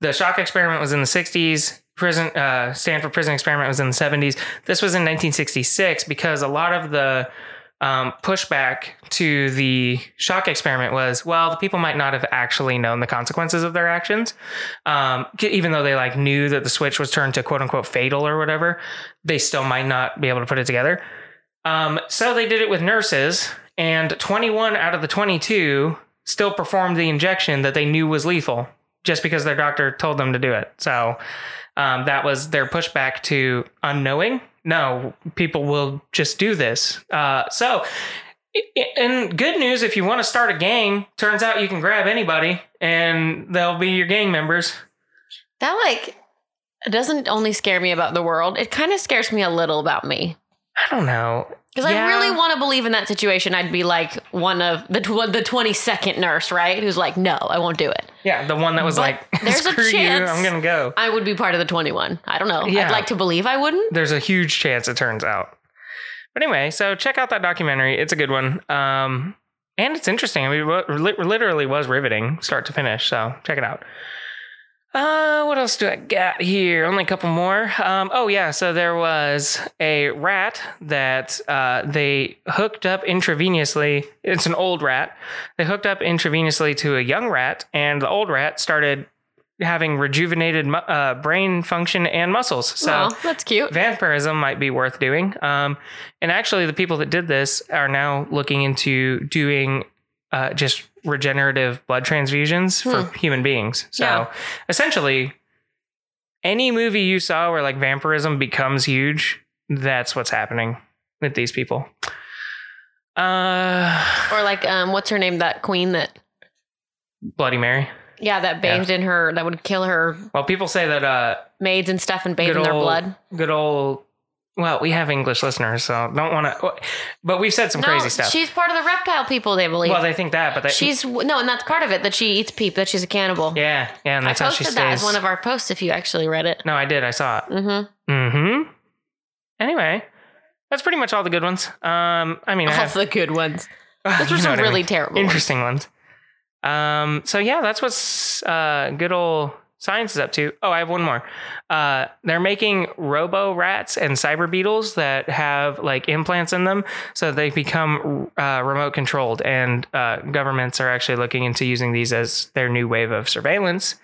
Speaker 1: the shock experiment was in the '60s. Prison uh, Stanford prison experiment was in the '70s. This was in 1966 because a lot of the um, pushback to the shock experiment was, well, the people might not have actually known the consequences of their actions, um, c- even though they like knew that the switch was turned to quote unquote fatal or whatever. They still might not be able to put it together. Um, so they did it with nurses, and 21 out of the 22 still performed the injection that they knew was lethal just because their doctor told them to do it. So um, that was their pushback to unknowing. No, people will just do this. Uh, so, i- i- and good news if you want to start a gang, turns out you can grab anybody and they'll be your gang members.
Speaker 2: That like doesn't only scare me about the world. It kind of scares me a little about me.
Speaker 1: I don't know.
Speaker 2: Because
Speaker 1: Yeah.
Speaker 2: I really want to believe in that situation, I'd be like one of the tw- the twenty second nurse, right? Who's like, no, I won't do it.
Speaker 1: Yeah, the one that was
Speaker 2: But
Speaker 1: like,
Speaker 2: there's a
Speaker 1: screw you,
Speaker 2: chance-
Speaker 1: I'm going to go.
Speaker 2: I would be part of the twenty one. I don't know.
Speaker 1: Yeah.
Speaker 2: I'd like to believe I wouldn't.
Speaker 1: there's a huge chance it turns out. But anyway, so check out that documentary. It's a good one. Um, And it's interesting. I mean, it li- literally was riveting start to finish. So check it out. Uh, what else do I got here? Only a couple more. Um, oh yeah, so there was a rat that uh, they hooked up intravenously. It's an old rat. They hooked up intravenously to a young rat, and the old rat started having rejuvenated mu- uh, brain function and muscles. So
Speaker 2: well, that's cute.
Speaker 1: vampirism might be worth doing. Um, and actually, the people that did this are now looking into doing uh, just regenerative blood transfusions for human beings. So
Speaker 2: Hmm. Yeah.
Speaker 1: essentially, any movie you saw where like vampirism becomes huge, that's what's happening with these people. Uh,
Speaker 2: Or like, um, what's her name? That queen that,
Speaker 1: Bloody Mary.
Speaker 2: yeah, that bathed in her, that would kill her
Speaker 1: Well, people say that uh,
Speaker 2: maids and stuff and bathe
Speaker 1: Good
Speaker 2: in their
Speaker 1: old
Speaker 2: blood.
Speaker 1: good old. Well, we have English listeners, so don't want to. But we've said some crazy stuff.
Speaker 2: she's part of the reptile people. They believe
Speaker 1: Well, they think that, but they,
Speaker 2: she's no, and that's part of it that she eats peep. That she's a cannibal.
Speaker 1: yeah, yeah, and
Speaker 2: I
Speaker 1: that's how she
Speaker 2: posted
Speaker 1: stays.
Speaker 2: that as one of our posts. If you actually read it,
Speaker 1: no, I did. I saw it.
Speaker 2: mm-hmm.
Speaker 1: Mm-hmm. Anyway, that's pretty much all the good ones. Um, I mean, I have,
Speaker 2: all the good ones.
Speaker 1: you
Speaker 2: Those were
Speaker 1: know
Speaker 2: some
Speaker 1: what I
Speaker 2: really
Speaker 1: mean.
Speaker 2: terrible. ones.
Speaker 1: interesting ones. Um, so yeah, that's what's uh, good old science is up to. Oh, I have one more. Uh, they're making robo rats and cyber beetles that have like implants in them, so they become uh, remote controlled. And uh, governments are actually looking into using these as their new wave of surveillance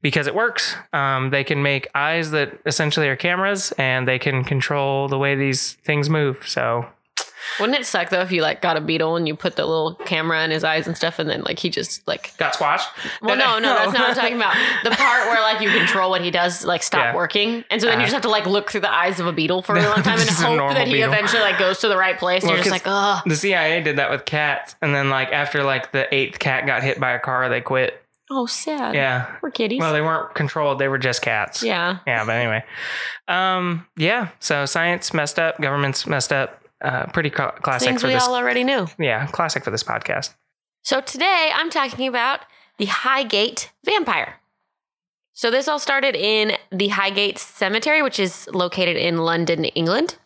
Speaker 1: because it works. Um, they can make eyes that essentially are cameras, and they can control the way these things move. So
Speaker 2: Wouldn't it suck though if you like got a beetle and you put the little camera in his eyes and stuff, and then like he just like.
Speaker 1: got squashed.
Speaker 2: Well, no, no, that's not what I'm talking about. The part where like you control what he does, like stop
Speaker 1: Yeah.
Speaker 2: working, and so then
Speaker 1: Uh.
Speaker 2: you just have to like look through the eyes of a beetle for a long time and
Speaker 1: This is a
Speaker 2: hope
Speaker 1: normal
Speaker 2: that he
Speaker 1: beetle.
Speaker 2: eventually like goes to the right place.
Speaker 1: Well,
Speaker 2: and you're just like,
Speaker 1: 'cause-
Speaker 2: ugh.
Speaker 1: The CIA did that with cats, and then like after like the eighth cat got hit by a car, they quit.
Speaker 2: oh, sad.
Speaker 1: Yeah.
Speaker 2: Poor kitties.
Speaker 1: Well, they weren't controlled; they were just cats.
Speaker 2: yeah.
Speaker 1: Yeah, but anyway, um, yeah. So science messed up, governments messed up. Uh, pretty cl- classic
Speaker 2: Things
Speaker 1: for
Speaker 2: we
Speaker 1: this.
Speaker 2: all already knew.
Speaker 1: yeah, classic for this podcast.
Speaker 2: So today I'm talking about the Highgate vampire. So this all started in the Highgate Cemetery, which is located in London, England.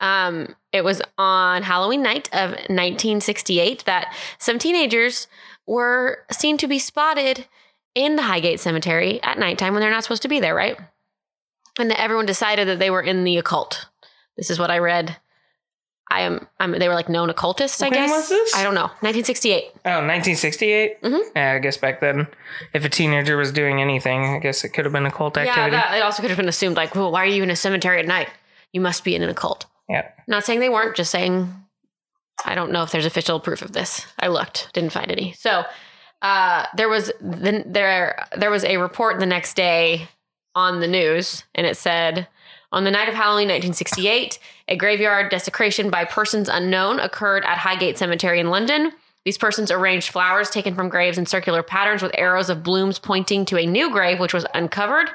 Speaker 2: Um, it was on Halloween night of 1968 that some teenagers were seen to be spotted in the Highgate Cemetery at nighttime when they're not supposed to be there, right? And that everyone decided that they were in the occult. This is what I read. I am. I'm, they were like known occultists, I
Speaker 1: When
Speaker 2: guess.
Speaker 1: was this?
Speaker 2: I don't know. 1968.
Speaker 1: Oh, 1968?
Speaker 2: Mhm.
Speaker 1: Yeah, I guess back then, if a teenager was doing anything, I guess it could have been occult
Speaker 2: Yeah,
Speaker 1: activity.
Speaker 2: that, it also could have been assumed like, well, why are you in a cemetery at night? You must be in an occult.
Speaker 1: Yeah.
Speaker 2: Not saying they weren't, just saying I don't know if there's official proof of this. I looked, didn't find any. So uh, there was then there there was a report the next day on the news, and it said on the night of Halloween 1968, a graveyard desecration by persons unknown occurred at Highgate Cemetery in London. These persons arranged flowers taken from graves in circular patterns with arrows of blooms pointing to a new grave, which was uncovered.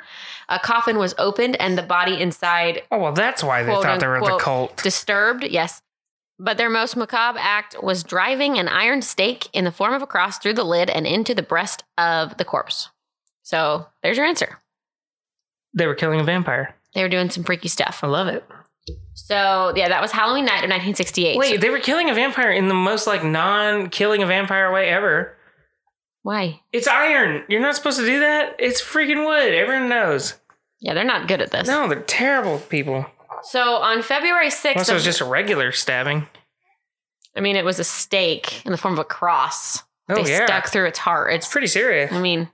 Speaker 2: A coffin was opened, and the body inside
Speaker 1: oh, well, that's why they
Speaker 2: Quote,
Speaker 1: thought there was a
Speaker 2: unquote,
Speaker 1: cult.
Speaker 2: Disturbed, yes. But their most macabre act was driving an iron stake in the form of a cross through the lid and into the breast of the corpse. So there's your answer.
Speaker 1: They were killing a vampire.
Speaker 2: They were doing some freaky stuff.
Speaker 1: I love it.
Speaker 2: So yeah, that was Halloween night of 1968.
Speaker 1: Wait, they were killing a vampire in the most like non killing a vampire way ever.
Speaker 2: why?
Speaker 1: It's iron. You're not supposed to do that. It's freaking wood. Everyone knows.
Speaker 2: Yeah, they're not good at this.
Speaker 1: No, they're terrible people.
Speaker 2: So on February 6th,
Speaker 1: Unless it was
Speaker 2: of-
Speaker 1: just a regular stabbing.
Speaker 2: I mean, it was a stake in the form of a cross.
Speaker 1: Oh
Speaker 2: they
Speaker 1: yeah,
Speaker 2: stuck through its heart. It's
Speaker 1: it's pretty serious.
Speaker 2: I mean,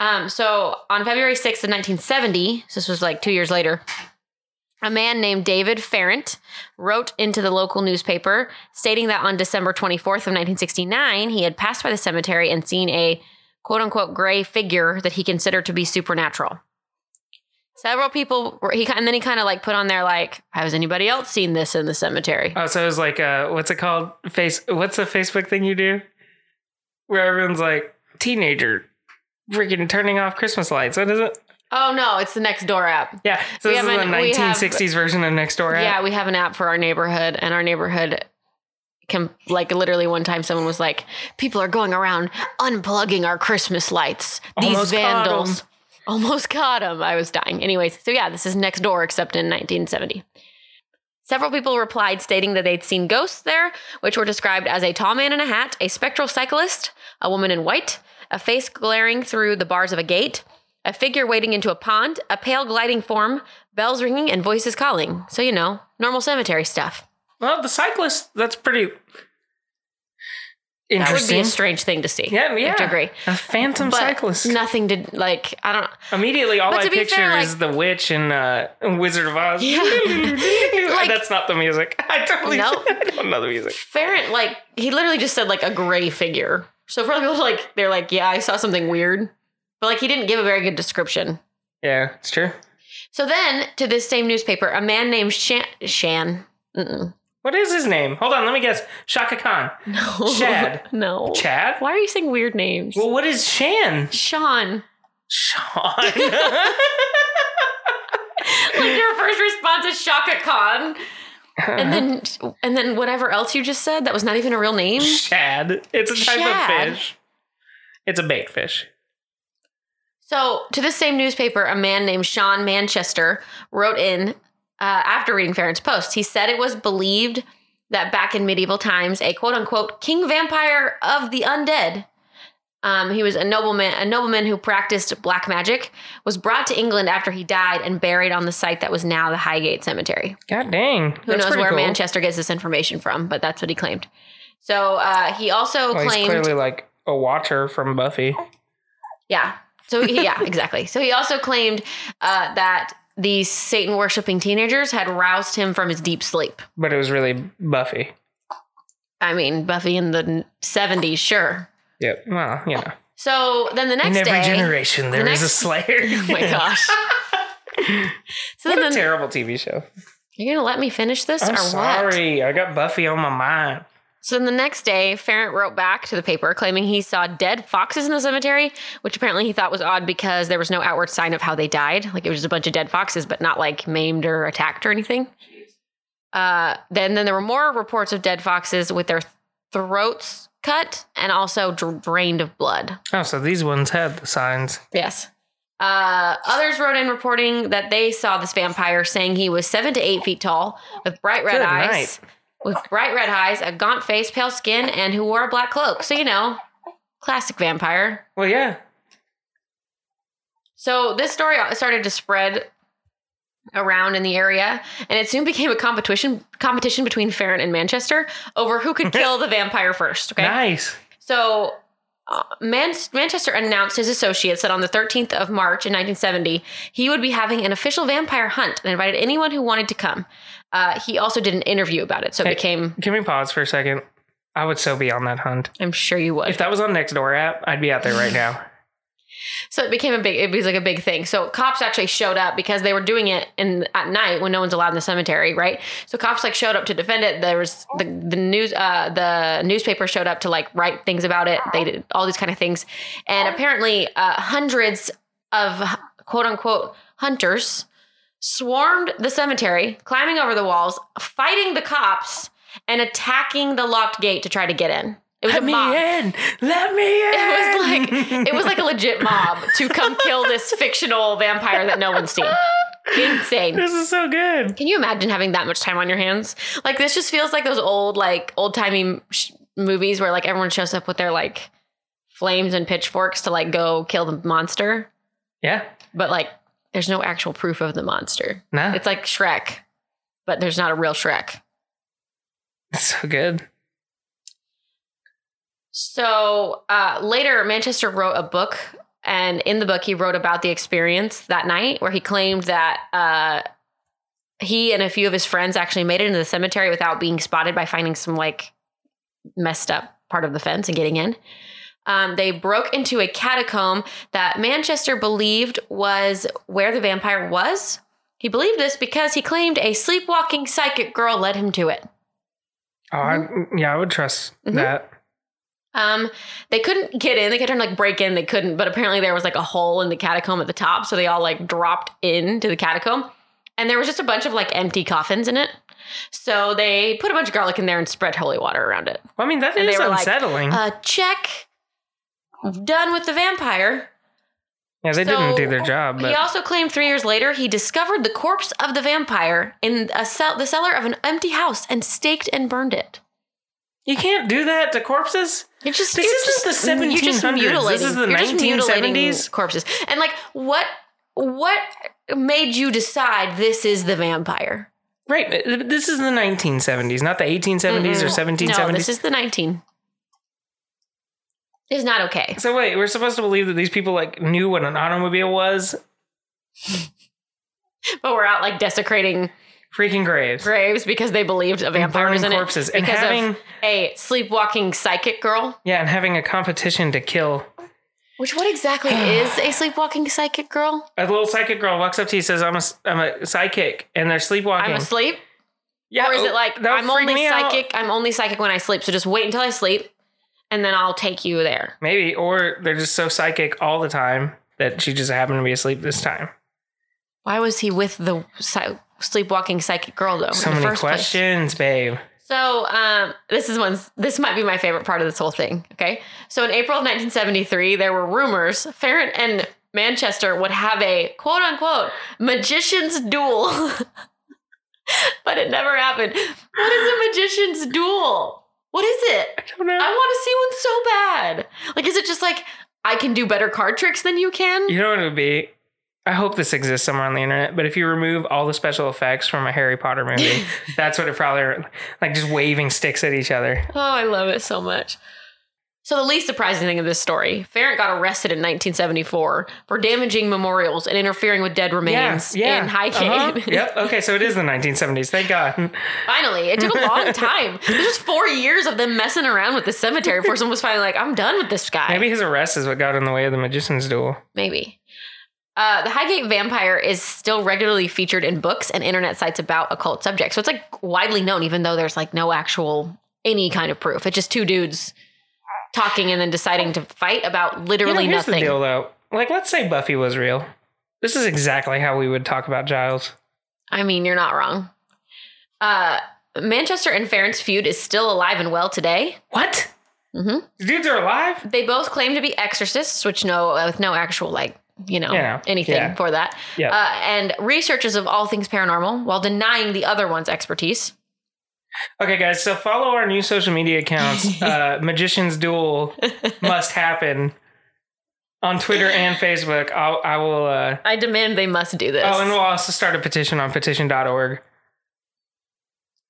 Speaker 2: um, so on February 6th of 1970, so this was like two years later, a man named David Ferrant wrote into the local newspaper stating that on December 24th of 1969, he had passed by the cemetery and seen a quote unquote gray figure that he considered to be supernatural. Several people were, he ki- and then he kind of like put on there like, has anybody else seen this in the cemetery?
Speaker 1: Oh, so it was like, uh, what's it called? Face. What's the Facebook thing you do? Where everyone's like teenager, freaking turning off Christmas lights. What is it?
Speaker 2: Oh no, it's the next door app.
Speaker 1: Yeah. So
Speaker 2: We
Speaker 1: this is
Speaker 2: have
Speaker 1: the
Speaker 2: an- we have-
Speaker 1: 1960s version of Next Door.
Speaker 2: Yeah,
Speaker 1: app.
Speaker 2: we have an app for our neighborhood, and our neighborhood can like literally one time someone was like, "People are going around unplugging our Christmas lights. These
Speaker 1: Almost caught 'em.
Speaker 2: vandals almost caught him." I was dying. Anyways, so yeah, this is next door, except in 1970. Several people replied stating that they'd seen ghosts there, which were described as a tall man in a hat, a spectral cyclist, a woman in white, a face glaring through the bars of a gate, a figure wading into a pond, a pale gliding form, bells ringing, and voices calling. So, you know, normal cemetery stuff.
Speaker 1: Well, the cyclist, that's pretty
Speaker 2: That would
Speaker 1: interesting.
Speaker 2: be a strange thing to see.
Speaker 1: yeah,
Speaker 2: I
Speaker 1: yeah.
Speaker 2: have to agree.
Speaker 1: A phantom
Speaker 2: But
Speaker 1: cyclist.
Speaker 2: Nothing to, like, I don't.
Speaker 1: Immediately, all
Speaker 2: But
Speaker 1: I
Speaker 2: to be
Speaker 1: picture
Speaker 2: fair,
Speaker 1: is the witch and uh, Wizard of Oz.
Speaker 2: Yeah. Like-
Speaker 1: that's not the music. I totally
Speaker 2: No.
Speaker 1: I don't know the music.
Speaker 2: Ferret, like, he literally just said, like, a gray figure. So, for other people, like, they're like, yeah, I saw something weird. But, like, he didn't give a very good description.
Speaker 1: Yeah, it's true.
Speaker 2: So then, to this same newspaper, a man named Shan. Shan. Mm-mm.
Speaker 1: What is his name? Hold on, let me guess. Shaka Khan.
Speaker 2: No.
Speaker 1: Chad.
Speaker 2: No.
Speaker 1: Chad?
Speaker 2: Why are you saying weird names?
Speaker 1: Well, what is Shan?
Speaker 2: Sean.
Speaker 1: Sean.
Speaker 2: Like your first response is Shaka Khan,
Speaker 1: Uh-huh.
Speaker 2: and then and then whatever else you just said that was not even a real name.
Speaker 1: Shad. It's a type
Speaker 2: Shad.
Speaker 1: of fish. It's a bait fish.
Speaker 2: So to this same newspaper, a man named Sean Manchester wrote in uh, after reading Farron's post. He said it was believed that back in medieval times, a quote unquote king vampire of the undead. Um, he was a nobleman, a nobleman who practiced black magic, was brought to England after he died and buried on the site that was now the Highgate Cemetery.
Speaker 1: God dang.
Speaker 2: Who knows where Manchester gets this information from, but that's what he claimed. So uh, he also
Speaker 1: Well, he's
Speaker 2: claimed,
Speaker 1: clearly like a watcher from Buffy.
Speaker 2: yeah. So he, yeah, exactly. So he also claimed uh, that these Satan worshiping teenagers had roused him from his deep sleep.
Speaker 1: But it was really Buffy.
Speaker 2: I mean, Buffy in the seventies, sure.
Speaker 1: Yep. Well, you know.
Speaker 2: So then the next
Speaker 1: In every
Speaker 2: day,
Speaker 1: generation, there is
Speaker 2: next-
Speaker 1: a Slayer.
Speaker 2: oh my gosh. so
Speaker 1: what a
Speaker 2: then,
Speaker 1: terrible TV show.
Speaker 2: you're gonna let me finish this
Speaker 1: I'm
Speaker 2: or what?
Speaker 1: sorry. I got Buffy on my mind.
Speaker 2: So then the next day, Ferrant wrote back to the paper claiming he saw dead foxes in the cemetery, which apparently he thought was odd because there was no outward sign of how they died. Like it was just a bunch of dead foxes, but not like maimed or attacked or anything. Uh, then, then there were more reports of dead foxes with their throats cut and also dr- drained of blood.
Speaker 1: Oh, so these ones had the signs.
Speaker 2: Yes. Uh, others wrote in reporting that they saw this vampire, saying he was seven to eight feet tall, with bright red
Speaker 1: Good
Speaker 2: eyes, with bright red eyes, a gaunt face, pale skin, and who wore a black cloak. So you know, classic vampire.
Speaker 1: Well, yeah.
Speaker 2: So this story started to spread around in the area, and it soon became a competition competition between Farron and Manchester over who could kill the vampire first. Okay.
Speaker 1: Nice.
Speaker 2: So, uh, Man- Manchester announced his associates that on the 13th of March in 1970, he would be having an official vampire hunt and invited anyone who wanted to come. Uh, he also did an interview about it, so it
Speaker 1: Hey.
Speaker 2: became,
Speaker 1: Can we pause for a second? I would so be on that hunt.
Speaker 2: I'm sure you would.
Speaker 1: If that was on Nextdoor app, I'd be out there right now.
Speaker 2: So it became a big, it was like a big thing. So cops actually showed up because they were doing it in at night when no one's allowed in the cemetery, right? So cops like showed up to defend it. There was the, the news, uh, the newspaper showed up to like write things about it. They did all these kind of things, and apparently uh, hundreds of quote unquote hunters swarmed the cemetery, climbing over the walls, fighting the cops, and attacking the locked gate to try to get in. It was
Speaker 1: Let
Speaker 2: a
Speaker 1: me
Speaker 2: mob
Speaker 1: in. Let me in.
Speaker 2: it was like it was like a legit mob to come kill this fictional vampire that no one's seen. Insane.
Speaker 1: this is so good.
Speaker 2: Can you imagine having that much time on your hands? Like this just feels like those old like old timey sh- movies where like everyone shows up with their like flames and pitchforks to like go kill the monster,
Speaker 1: Yeah.
Speaker 2: but like there's no actual proof of the monster.
Speaker 1: No.
Speaker 2: It's like Shrek, but there's not a real Shrek.
Speaker 1: It's so good.
Speaker 2: So uh, later, Manchester wrote a book, and in the book, he wrote about the experience that night where he claimed that uh, he and a few of his friends actually made it into the cemetery without being spotted by finding some like messed up part of the fence and getting in. Um, they broke into a catacomb that Manchester believed was where the vampire was. He believed this because he claimed a sleepwalking psychic girl led him to it.
Speaker 1: Oh,
Speaker 2: Mm-hmm.
Speaker 1: I, yeah, I would trust
Speaker 2: Mhm.
Speaker 1: that.
Speaker 2: Um, they couldn't get in. They kept trying to like break in. They couldn't, but apparently there was like a hole in the catacomb at the top, so they all like dropped into the catacomb, and there was just a bunch of like empty coffins in it. So they put a bunch of garlic in there and spread holy water around it. Uh,
Speaker 1: Well, I mean, that is
Speaker 2: And
Speaker 1: Hmm.
Speaker 2: they were like,
Speaker 1: unsettling.
Speaker 2: Uh, check. Done with the vampire.
Speaker 1: Yeah, they didn't
Speaker 2: So, uh,
Speaker 1: do their job,
Speaker 2: He
Speaker 1: but
Speaker 2: also claimed three years later he discovered the corpse of the vampire in a cell, the cellar of an empty house and staked and burned it.
Speaker 1: you can't do that to corpses.
Speaker 2: You're just
Speaker 1: This
Speaker 2: you're
Speaker 1: isn't
Speaker 2: just-
Speaker 1: the
Speaker 2: You're just
Speaker 1: 1700s. This
Speaker 2: mutilating.
Speaker 1: is the
Speaker 2: you're just mutilating
Speaker 1: 1970s.
Speaker 2: corpses. And like, what what made you decide this is the vampire?
Speaker 1: Right. uh, This is the 1970s, not the 1870s or
Speaker 2: Mm-mm.
Speaker 1: 1770s.
Speaker 2: No, this is the 19. It's not okay.
Speaker 1: so wait, we're supposed to believe that these people like knew what an automobile was?
Speaker 2: But we're out like desecrating
Speaker 1: Freaking graves.
Speaker 2: graves because they believed a
Speaker 1: And
Speaker 2: vampire was in
Speaker 1: burning
Speaker 2: it.
Speaker 1: corpses and
Speaker 2: because of-
Speaker 1: having
Speaker 2: A sleepwalking psychic girl.
Speaker 1: yeah, and having a competition to kill.
Speaker 2: Which what exactly is a sleepwalking psychic girl?
Speaker 1: A little psychic girl walks up to you and says, "I'm a I'm a psychic," and they're sleepwalking.
Speaker 2: I'm asleep.
Speaker 1: yeah, oh,
Speaker 2: or is it like
Speaker 1: that would
Speaker 2: I'm
Speaker 1: freak
Speaker 2: only
Speaker 1: me out.
Speaker 2: psychic? I'm only psychic when I sleep. So just wait until I sleep, and then I'll take you there.
Speaker 1: Maybe, or they're just so psychic all the time that she just happened to be asleep this time.
Speaker 2: Why was he with the psy- sleepwalking psychic girl though?
Speaker 1: so
Speaker 2: Oh, in the
Speaker 1: many
Speaker 2: first place?
Speaker 1: questions, babe.
Speaker 2: So um, this is one. This might be my favorite part of this whole thing. Okay. So in April of 1973, there were rumors Ferret and Manchester would have a quote unquote magician's duel, but it never happened. What is a magician's duel? What is it?
Speaker 1: I don't know.
Speaker 2: I want to see one so bad. Like, is it just like I can do better card tricks than you can?
Speaker 1: You know what it would be? I hope this exists somewhere on the internet, but if you remove all the special effects from a Harry Potter movie, that's what it probably like just waving sticks at each other.
Speaker 2: Oh, I love it so much. So the least surprising thing of this story, Ferrant got arrested in 1974 for damaging memorials and interfering with dead remains in Highgate.
Speaker 1: Uh-huh. Yep. Okay, so it is the 1970s. Thank God.
Speaker 2: finally, it took a long time. It was just four years of them messing around with the cemetery before someone was finally like, "I'm done with this guy."
Speaker 1: Maybe his arrest is what got in the way of the magician's duel.
Speaker 2: Maybe. Uh, the Highgate vampire is still regularly featured in books and internet sites about occult subjects. So it's like widely known, even though there's like no actual any kind of proof. It's just two dudes talking and then deciding to fight about
Speaker 1: You know,
Speaker 2: literally
Speaker 1: here's the
Speaker 2: nothing.
Speaker 1: deal, though. Like, let's say Buffy was real. This is exactly how we would talk about Giles.
Speaker 2: I mean, you're not wrong. Uh, Manchester and Ferent's feud is still alive and well today.
Speaker 1: What?
Speaker 2: hmm
Speaker 1: The dudes are alive?
Speaker 2: They both claim to be exorcists, which no, uh, with no actual like you know
Speaker 1: Yeah,
Speaker 2: anything
Speaker 1: yeah.
Speaker 2: for that.
Speaker 1: Yeah.
Speaker 2: Uh, and researchers of all things paranormal, while denying the other one's expertise.
Speaker 1: Okay, guys, so follow our new social media accounts. Uh, Magician's Duel must happen on Twitter and Facebook. I'll, I will. Uh,
Speaker 2: I demand they must do this.
Speaker 1: Oh, and we'll also start a petition on petition.org.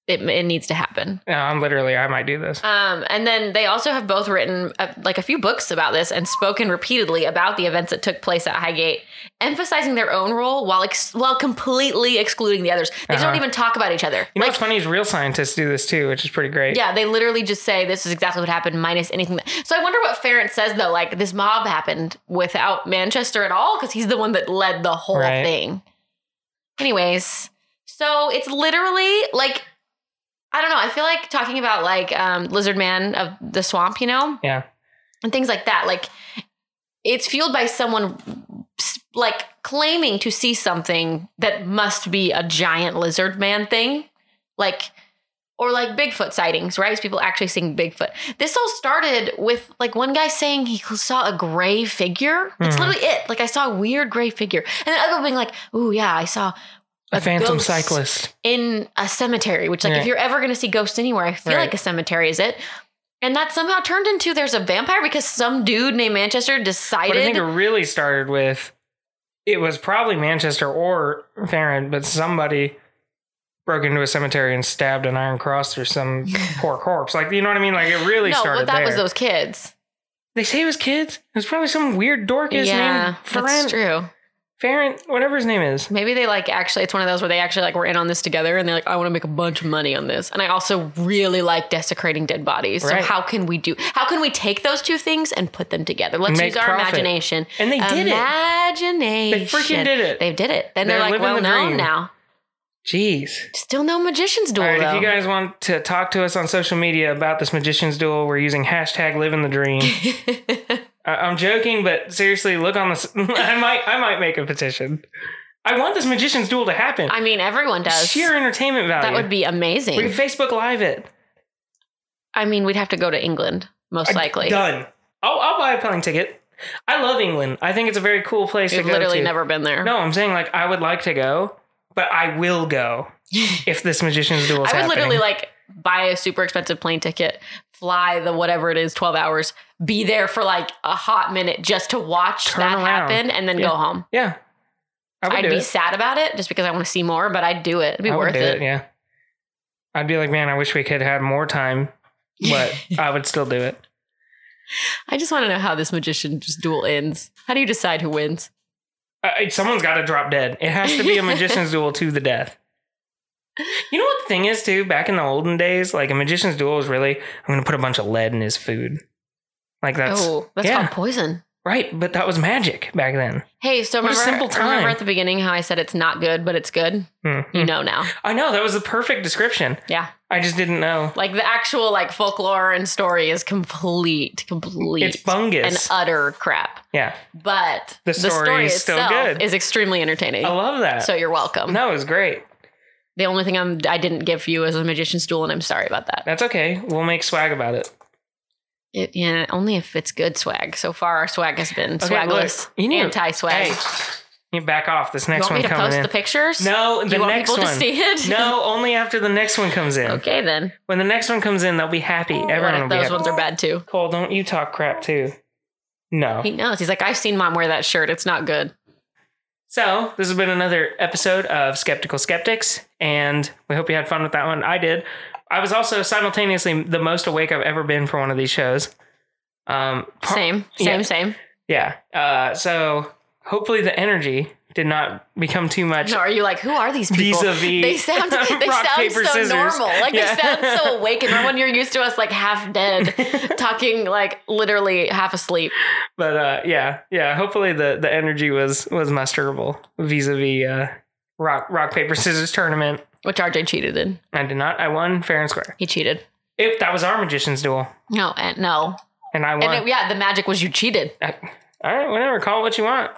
Speaker 2: it, it needs to happen.
Speaker 1: No, I'm literally, I might do this.
Speaker 2: Um, and then they also have both written uh, like a few books about this and spoken repeatedly about the events that took place at Highgate, emphasizing their own role while ex- while completely excluding the others. They
Speaker 1: Uh-huh.
Speaker 2: don't even talk about each other.
Speaker 1: You know
Speaker 2: like,
Speaker 1: what's funny is real scientists do this too, which is pretty great.
Speaker 2: yeah, they literally just say this is exactly what happened minus anything. That- so I wonder what Ferrant says though. Like this mob happened without Manchester at all because he's the one that led the whole
Speaker 1: Right.
Speaker 2: thing. Anyways, so it's literally like I don't know. I feel like talking about like um, Lizard Man of the Swamp, you know,
Speaker 1: Yeah.
Speaker 2: and things like that. Like it's fueled by someone s- like claiming to see something that must be a giant lizard man thing, like or like Bigfoot sightings, right? It's people actually seeing Bigfoot. This all started with like one guy saying he saw a gray figure. That's
Speaker 1: Mhm.
Speaker 2: literally it. Like I saw a weird gray figure, and then other people being like, "Ooh, yeah, I saw."
Speaker 1: A,
Speaker 2: A
Speaker 1: phantom
Speaker 2: ghost.
Speaker 1: cyclist.
Speaker 2: in a cemetery, which like
Speaker 1: Right.
Speaker 2: if you're ever gonna see ghosts anywhere, I feel
Speaker 1: Right.
Speaker 2: like a cemetery is it. And that somehow turned into there's a vampire because some dude named Manchester
Speaker 1: But I think
Speaker 2: decided
Speaker 1: it really started with it was probably Manchester or Farron, but somebody broke into a cemetery and stabbed an iron cross through some poor corpse. Like, you know what I mean? Like, it really
Speaker 2: no,
Speaker 1: started
Speaker 2: but that
Speaker 1: there.
Speaker 2: was those kids.
Speaker 1: they say it was kids. It was probably some weird dork is
Speaker 2: yeah,
Speaker 1: named
Speaker 2: that's
Speaker 1: Farron,
Speaker 2: true.
Speaker 1: Farron, whatever his name is.
Speaker 2: Maybe they like actually it's one of those where they actually like were in on this together and they're like, I want to make a bunch of money on this. And I also really like desecrating dead bodies.
Speaker 1: Right.
Speaker 2: So how can we do how can we take those two things and put them together? Let's
Speaker 1: Make
Speaker 2: use our
Speaker 1: profit.
Speaker 2: imagination.
Speaker 1: And they did it.
Speaker 2: Imagination.
Speaker 1: They freaking did it.
Speaker 2: They did it. Then
Speaker 1: They're
Speaker 2: they're, like
Speaker 1: living
Speaker 2: well
Speaker 1: the dream.
Speaker 2: known now.
Speaker 1: Jeez.
Speaker 2: Still no magician's duel
Speaker 1: All right,
Speaker 2: though.
Speaker 1: if you guys want to talk to us on social media about this magician's duel, we're using hashtag living the dream. I- I'm joking, but seriously, look on the. s- I might, I might make a petition. I want this magician's duel to happen.
Speaker 2: I mean, everyone does.
Speaker 1: Sheer entertainment value.
Speaker 2: that would be amazing.
Speaker 1: We can Facebook Live it.
Speaker 2: I mean, we'd have to go to England most likely.
Speaker 1: Done. I'll, I'll buy a plane ticket. I love England. I think it's a very cool place
Speaker 2: You've
Speaker 1: to go
Speaker 2: literally
Speaker 1: to.
Speaker 2: never been there.
Speaker 1: no, I'm saying like I would like to go, but I will go if this magician's duel. Is
Speaker 2: I would
Speaker 1: happening.
Speaker 2: literally like buy a super expensive plane ticket, fly the whatever it is, 12 hours, be there for like a hot minute just to watch
Speaker 1: Turn
Speaker 2: that
Speaker 1: around.
Speaker 2: happen and then
Speaker 1: Yeah.
Speaker 2: go home.
Speaker 1: yeah. I would
Speaker 2: I'd
Speaker 1: do
Speaker 2: be
Speaker 1: it.
Speaker 2: sad about it just because I want to see more, but I'd do it. It'd be
Speaker 1: I would
Speaker 2: worth
Speaker 1: do
Speaker 2: it.
Speaker 1: Yeah. I'd be like, man, I wish we could have more time, but I would still do it.
Speaker 2: I just want to know how this magician just duel ends. How do you decide who wins?
Speaker 1: Uh, it- someone's got to drop dead. It has to be a magician's duel to the death. You know what the thing is too? Back in the olden days, like a magician's duel was really I'm going to put a bunch of lead in his food. Like that's
Speaker 2: oh, that's
Speaker 1: yeah.
Speaker 2: called poison.
Speaker 1: right, but that was magic back then.
Speaker 2: Hey, so
Speaker 1: What a
Speaker 2: remember,
Speaker 1: simple time.
Speaker 2: remember at the beginning how I said it's not good, but it's good?
Speaker 1: Mhm.
Speaker 2: You know now.
Speaker 1: I know that was the perfect description.
Speaker 2: Yeah.
Speaker 1: I just didn't know.
Speaker 2: Like the actual like folklore and story is complete, complete
Speaker 1: It's bungus.
Speaker 2: and utter crap.
Speaker 1: yeah,
Speaker 2: But
Speaker 1: The
Speaker 2: the
Speaker 1: story
Speaker 2: story,
Speaker 1: is still
Speaker 2: itself
Speaker 1: good.
Speaker 2: is extremely entertaining.
Speaker 1: I love that.
Speaker 2: So you're welcome.
Speaker 1: no, it was great.
Speaker 2: The only thing I'm I didn't give you is a magician's duel, and I'm sorry about that.
Speaker 1: That's okay. We'll make swag about it.
Speaker 2: It, yeah, only if it's good swag. So far, our swag has been
Speaker 1: Okay,
Speaker 2: swagless,
Speaker 1: look, you need-
Speaker 2: anti-swag.
Speaker 1: Hey, you back off. This
Speaker 2: you
Speaker 1: next one
Speaker 2: want me to
Speaker 1: coming
Speaker 2: post
Speaker 1: in.
Speaker 2: the pictures?
Speaker 1: no, the
Speaker 2: you want
Speaker 1: next
Speaker 2: people
Speaker 1: one.
Speaker 2: to see it?
Speaker 1: no, only after the next one comes in.
Speaker 2: okay then.
Speaker 1: When the next one comes in, they'll be happy.
Speaker 2: what
Speaker 1: Everyone
Speaker 2: if
Speaker 1: will be
Speaker 2: those
Speaker 1: happy.
Speaker 2: ones are bad too?
Speaker 1: Cole, don't you talk crap too? No.
Speaker 2: He knows. He's like, I've seen mom wear that shirt. It's not good.
Speaker 1: So this has been another episode of Skeptical Skeptics, and we hope you had fun with that one. I did. I was also simultaneously the most awake I've ever been for one of these shows. Um, par-
Speaker 2: Same,
Speaker 1: yeah.
Speaker 2: same, same.
Speaker 1: Yeah. Uh, so hopefully the energy did not become too much.
Speaker 2: So are you like, who are these people?
Speaker 1: Vis-a-vis
Speaker 2: They sound they
Speaker 1: rock,
Speaker 2: sound
Speaker 1: paper,
Speaker 2: so
Speaker 1: scissors.
Speaker 2: normal. Like
Speaker 1: Yeah.
Speaker 2: they sound so awake and when you're used to us like half dead, talking like literally half asleep.
Speaker 1: But uh, yeah, yeah. Hopefully the the energy was was musterable vis-a-vis uh, rock rock paper scissors tournament.
Speaker 2: Which RJ cheated in.
Speaker 1: I did not. I won fair and square.
Speaker 2: He cheated.
Speaker 1: If that was our magician's duel,
Speaker 2: No, and no.
Speaker 1: and I won.
Speaker 2: And it- yeah, the magic was you cheated.
Speaker 1: All right, whatever. Call it what you want.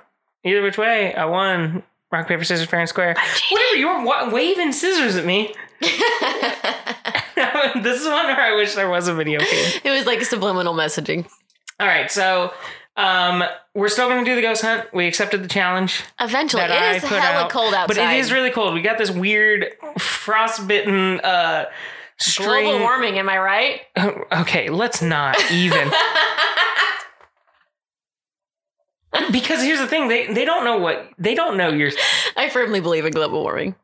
Speaker 1: Either which way, I won. Rock paper scissors fair and square. Whatever you were wa- waving scissors at me.
Speaker 2: it
Speaker 1: this is one where I wish there was a video feed.
Speaker 2: was like subliminal messaging.
Speaker 1: All right, so um, we're still going to do the ghost hunt. We accepted the challenge,
Speaker 2: Eventually,
Speaker 1: That
Speaker 2: it is
Speaker 1: I put
Speaker 2: hella
Speaker 1: out,
Speaker 2: cold outside.
Speaker 1: but it is really cold. We got this weird frostbitten uh, string.
Speaker 2: global warming. Am I right?
Speaker 1: Okay, let's not even. because here's the thing they they don't know what they don't know your.
Speaker 2: I firmly believe in global warming.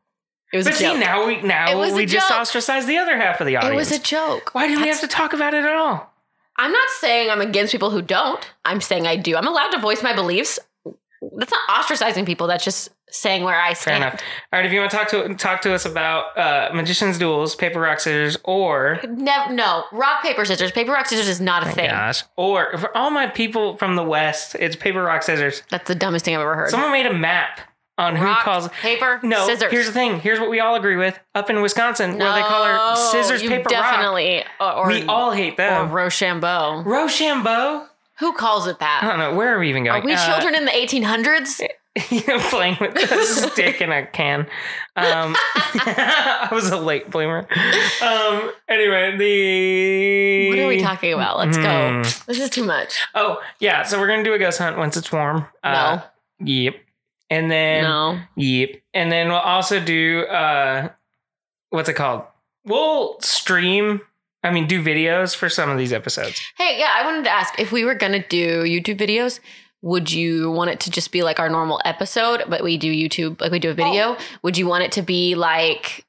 Speaker 2: It was
Speaker 1: But
Speaker 2: a
Speaker 1: see
Speaker 2: joke.
Speaker 1: now we
Speaker 2: It
Speaker 1: now
Speaker 2: was a
Speaker 1: we just
Speaker 2: joke.
Speaker 1: ostracized the other half of the
Speaker 2: It
Speaker 1: audience.
Speaker 2: was a joke.
Speaker 1: Why do we have
Speaker 2: That's-
Speaker 1: to talk about it at all?
Speaker 2: I'm not saying I'm against people who don't. I'm saying I do. I'm allowed to voice my beliefs. That's not ostracizing people. That's just saying where I
Speaker 1: Fair
Speaker 2: stand.
Speaker 1: enough. All right, if you want to talk to talk to us about uh, magicians duels, paper rock scissors, or
Speaker 2: Nev- no, rock paper scissors. Paper rock scissors is not a thing.
Speaker 1: Oh, Gosh. Or for all my people from the West, it's paper, rock, scissors.
Speaker 2: That's the dumbest thing I've ever heard.
Speaker 1: Someone made a map on who
Speaker 2: rock,
Speaker 1: calls.
Speaker 2: paper,
Speaker 1: No,
Speaker 2: scissors.
Speaker 1: here's the thing. Here's what we all agree with. Up in Wisconsin, where they call her
Speaker 2: No,
Speaker 1: scissors,
Speaker 2: you
Speaker 1: paper, rock.
Speaker 2: definitely, Or, or,
Speaker 1: We all hate
Speaker 2: or
Speaker 1: them.
Speaker 2: Rochambeau.
Speaker 1: Rochambeau?
Speaker 2: Who calls it
Speaker 1: I
Speaker 2: that?
Speaker 1: don't know. Where are we even going?
Speaker 2: Are we
Speaker 1: Uh,
Speaker 2: children in the 1800s?
Speaker 1: playing with a stick in a can. Um, I was a late bloomer. Um, anyway, the.
Speaker 2: What are we talking about? Let's
Speaker 1: Eh, Hmm.
Speaker 2: go. This is too much.
Speaker 1: Oh, yeah. So we're going to do a ghost hunt once it's warm. Uh,
Speaker 2: No.
Speaker 1: Yep. And then
Speaker 2: no.
Speaker 1: yep. And then we'll also do uh what's it called? We'll stream I mean do videos for some of these episodes.
Speaker 2: Hey, yeah, I wanted to ask if we were gonna do YouTube videos, would you want it to just be like our normal episode, but we do YouTube, like we
Speaker 1: Oh.
Speaker 2: do a video? Would you want it to be like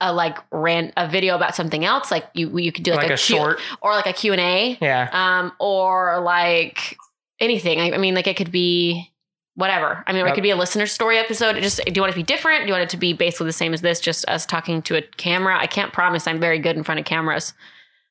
Speaker 2: a like ran a video about something else, like you you could do
Speaker 1: Like,
Speaker 2: like,
Speaker 1: a,
Speaker 2: Q-
Speaker 1: short.
Speaker 2: or like a Q and A,
Speaker 1: Yeah.
Speaker 2: um, or like anything. I, I mean, like it could be whatever. I mean,
Speaker 1: Yep.
Speaker 2: it could be a listener story episode. It just do you want it to be different? Do you want it to be basically the same as this, just us talking to a camera? I can't promise I'm very good in front of cameras.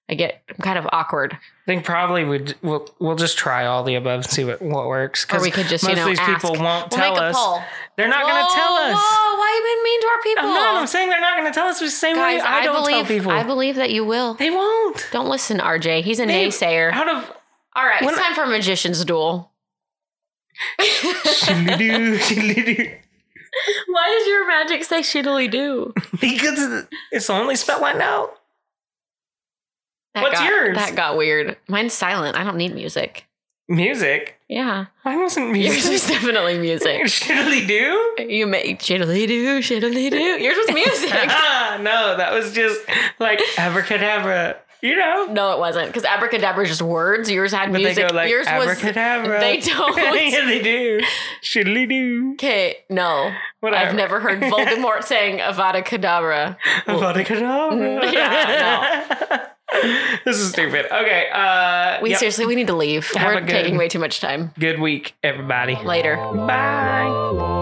Speaker 2: I get I'm kind of awkward.
Speaker 1: I think probably we'd we'll we'll just try all the above and see what, what works.
Speaker 2: Or
Speaker 1: Because
Speaker 2: we could just,
Speaker 1: most
Speaker 2: you know,
Speaker 1: of these
Speaker 2: ask.
Speaker 1: people won't
Speaker 2: We'll
Speaker 1: tell
Speaker 2: make a
Speaker 1: us.
Speaker 2: poll.
Speaker 1: They're not gonna
Speaker 2: Whoa,
Speaker 1: tell us.
Speaker 2: Whoa, why you been mean to our people?
Speaker 1: I'm not I'm saying they're not gonna tell us the same
Speaker 2: Guys,
Speaker 1: way I, don't
Speaker 2: believe,
Speaker 1: tell people.
Speaker 2: I believe that you will.
Speaker 1: they won't.
Speaker 2: Don't listen, RJ. He's a
Speaker 1: They-
Speaker 2: naysayer.
Speaker 1: Out of
Speaker 2: All right,
Speaker 1: when
Speaker 2: it's
Speaker 1: I-
Speaker 2: time for a magician's duel.
Speaker 1: Shiddly-doo, shiddly-doo.
Speaker 2: Why does your magic say shittily do?
Speaker 1: because it's the only spell I know.
Speaker 2: That
Speaker 1: What's
Speaker 2: got,
Speaker 1: yours?
Speaker 2: That got weird. Mine's silent. I don't need music.
Speaker 1: Music.
Speaker 2: Yeah.
Speaker 1: Why wasn't
Speaker 2: Yours
Speaker 1: music?
Speaker 2: was definitely music.
Speaker 1: Shittily do?
Speaker 2: You make shittily do, shittily do. Yours was music.
Speaker 1: no, that was just like abracadabra. You know,
Speaker 2: no, it wasn't. Because abracadabra is just words. Yours had
Speaker 1: but
Speaker 2: music.
Speaker 1: they go like
Speaker 2: Yours was.
Speaker 1: abracadabra.
Speaker 2: They don't.
Speaker 1: yeah, they do. Shittily do.
Speaker 2: Okay, no.
Speaker 1: Whatever.
Speaker 2: I've never heard Voldemort saying Avada Kedavra.
Speaker 1: Abracadabra.
Speaker 2: Yeah,
Speaker 1: this is stupid. Okay. Uh,
Speaker 2: We
Speaker 1: yep.
Speaker 2: seriously, we need to leave.
Speaker 1: Have a
Speaker 2: We're
Speaker 1: good-
Speaker 2: taking way too much time.
Speaker 1: Good week, everybody.
Speaker 2: Later.
Speaker 1: Bye.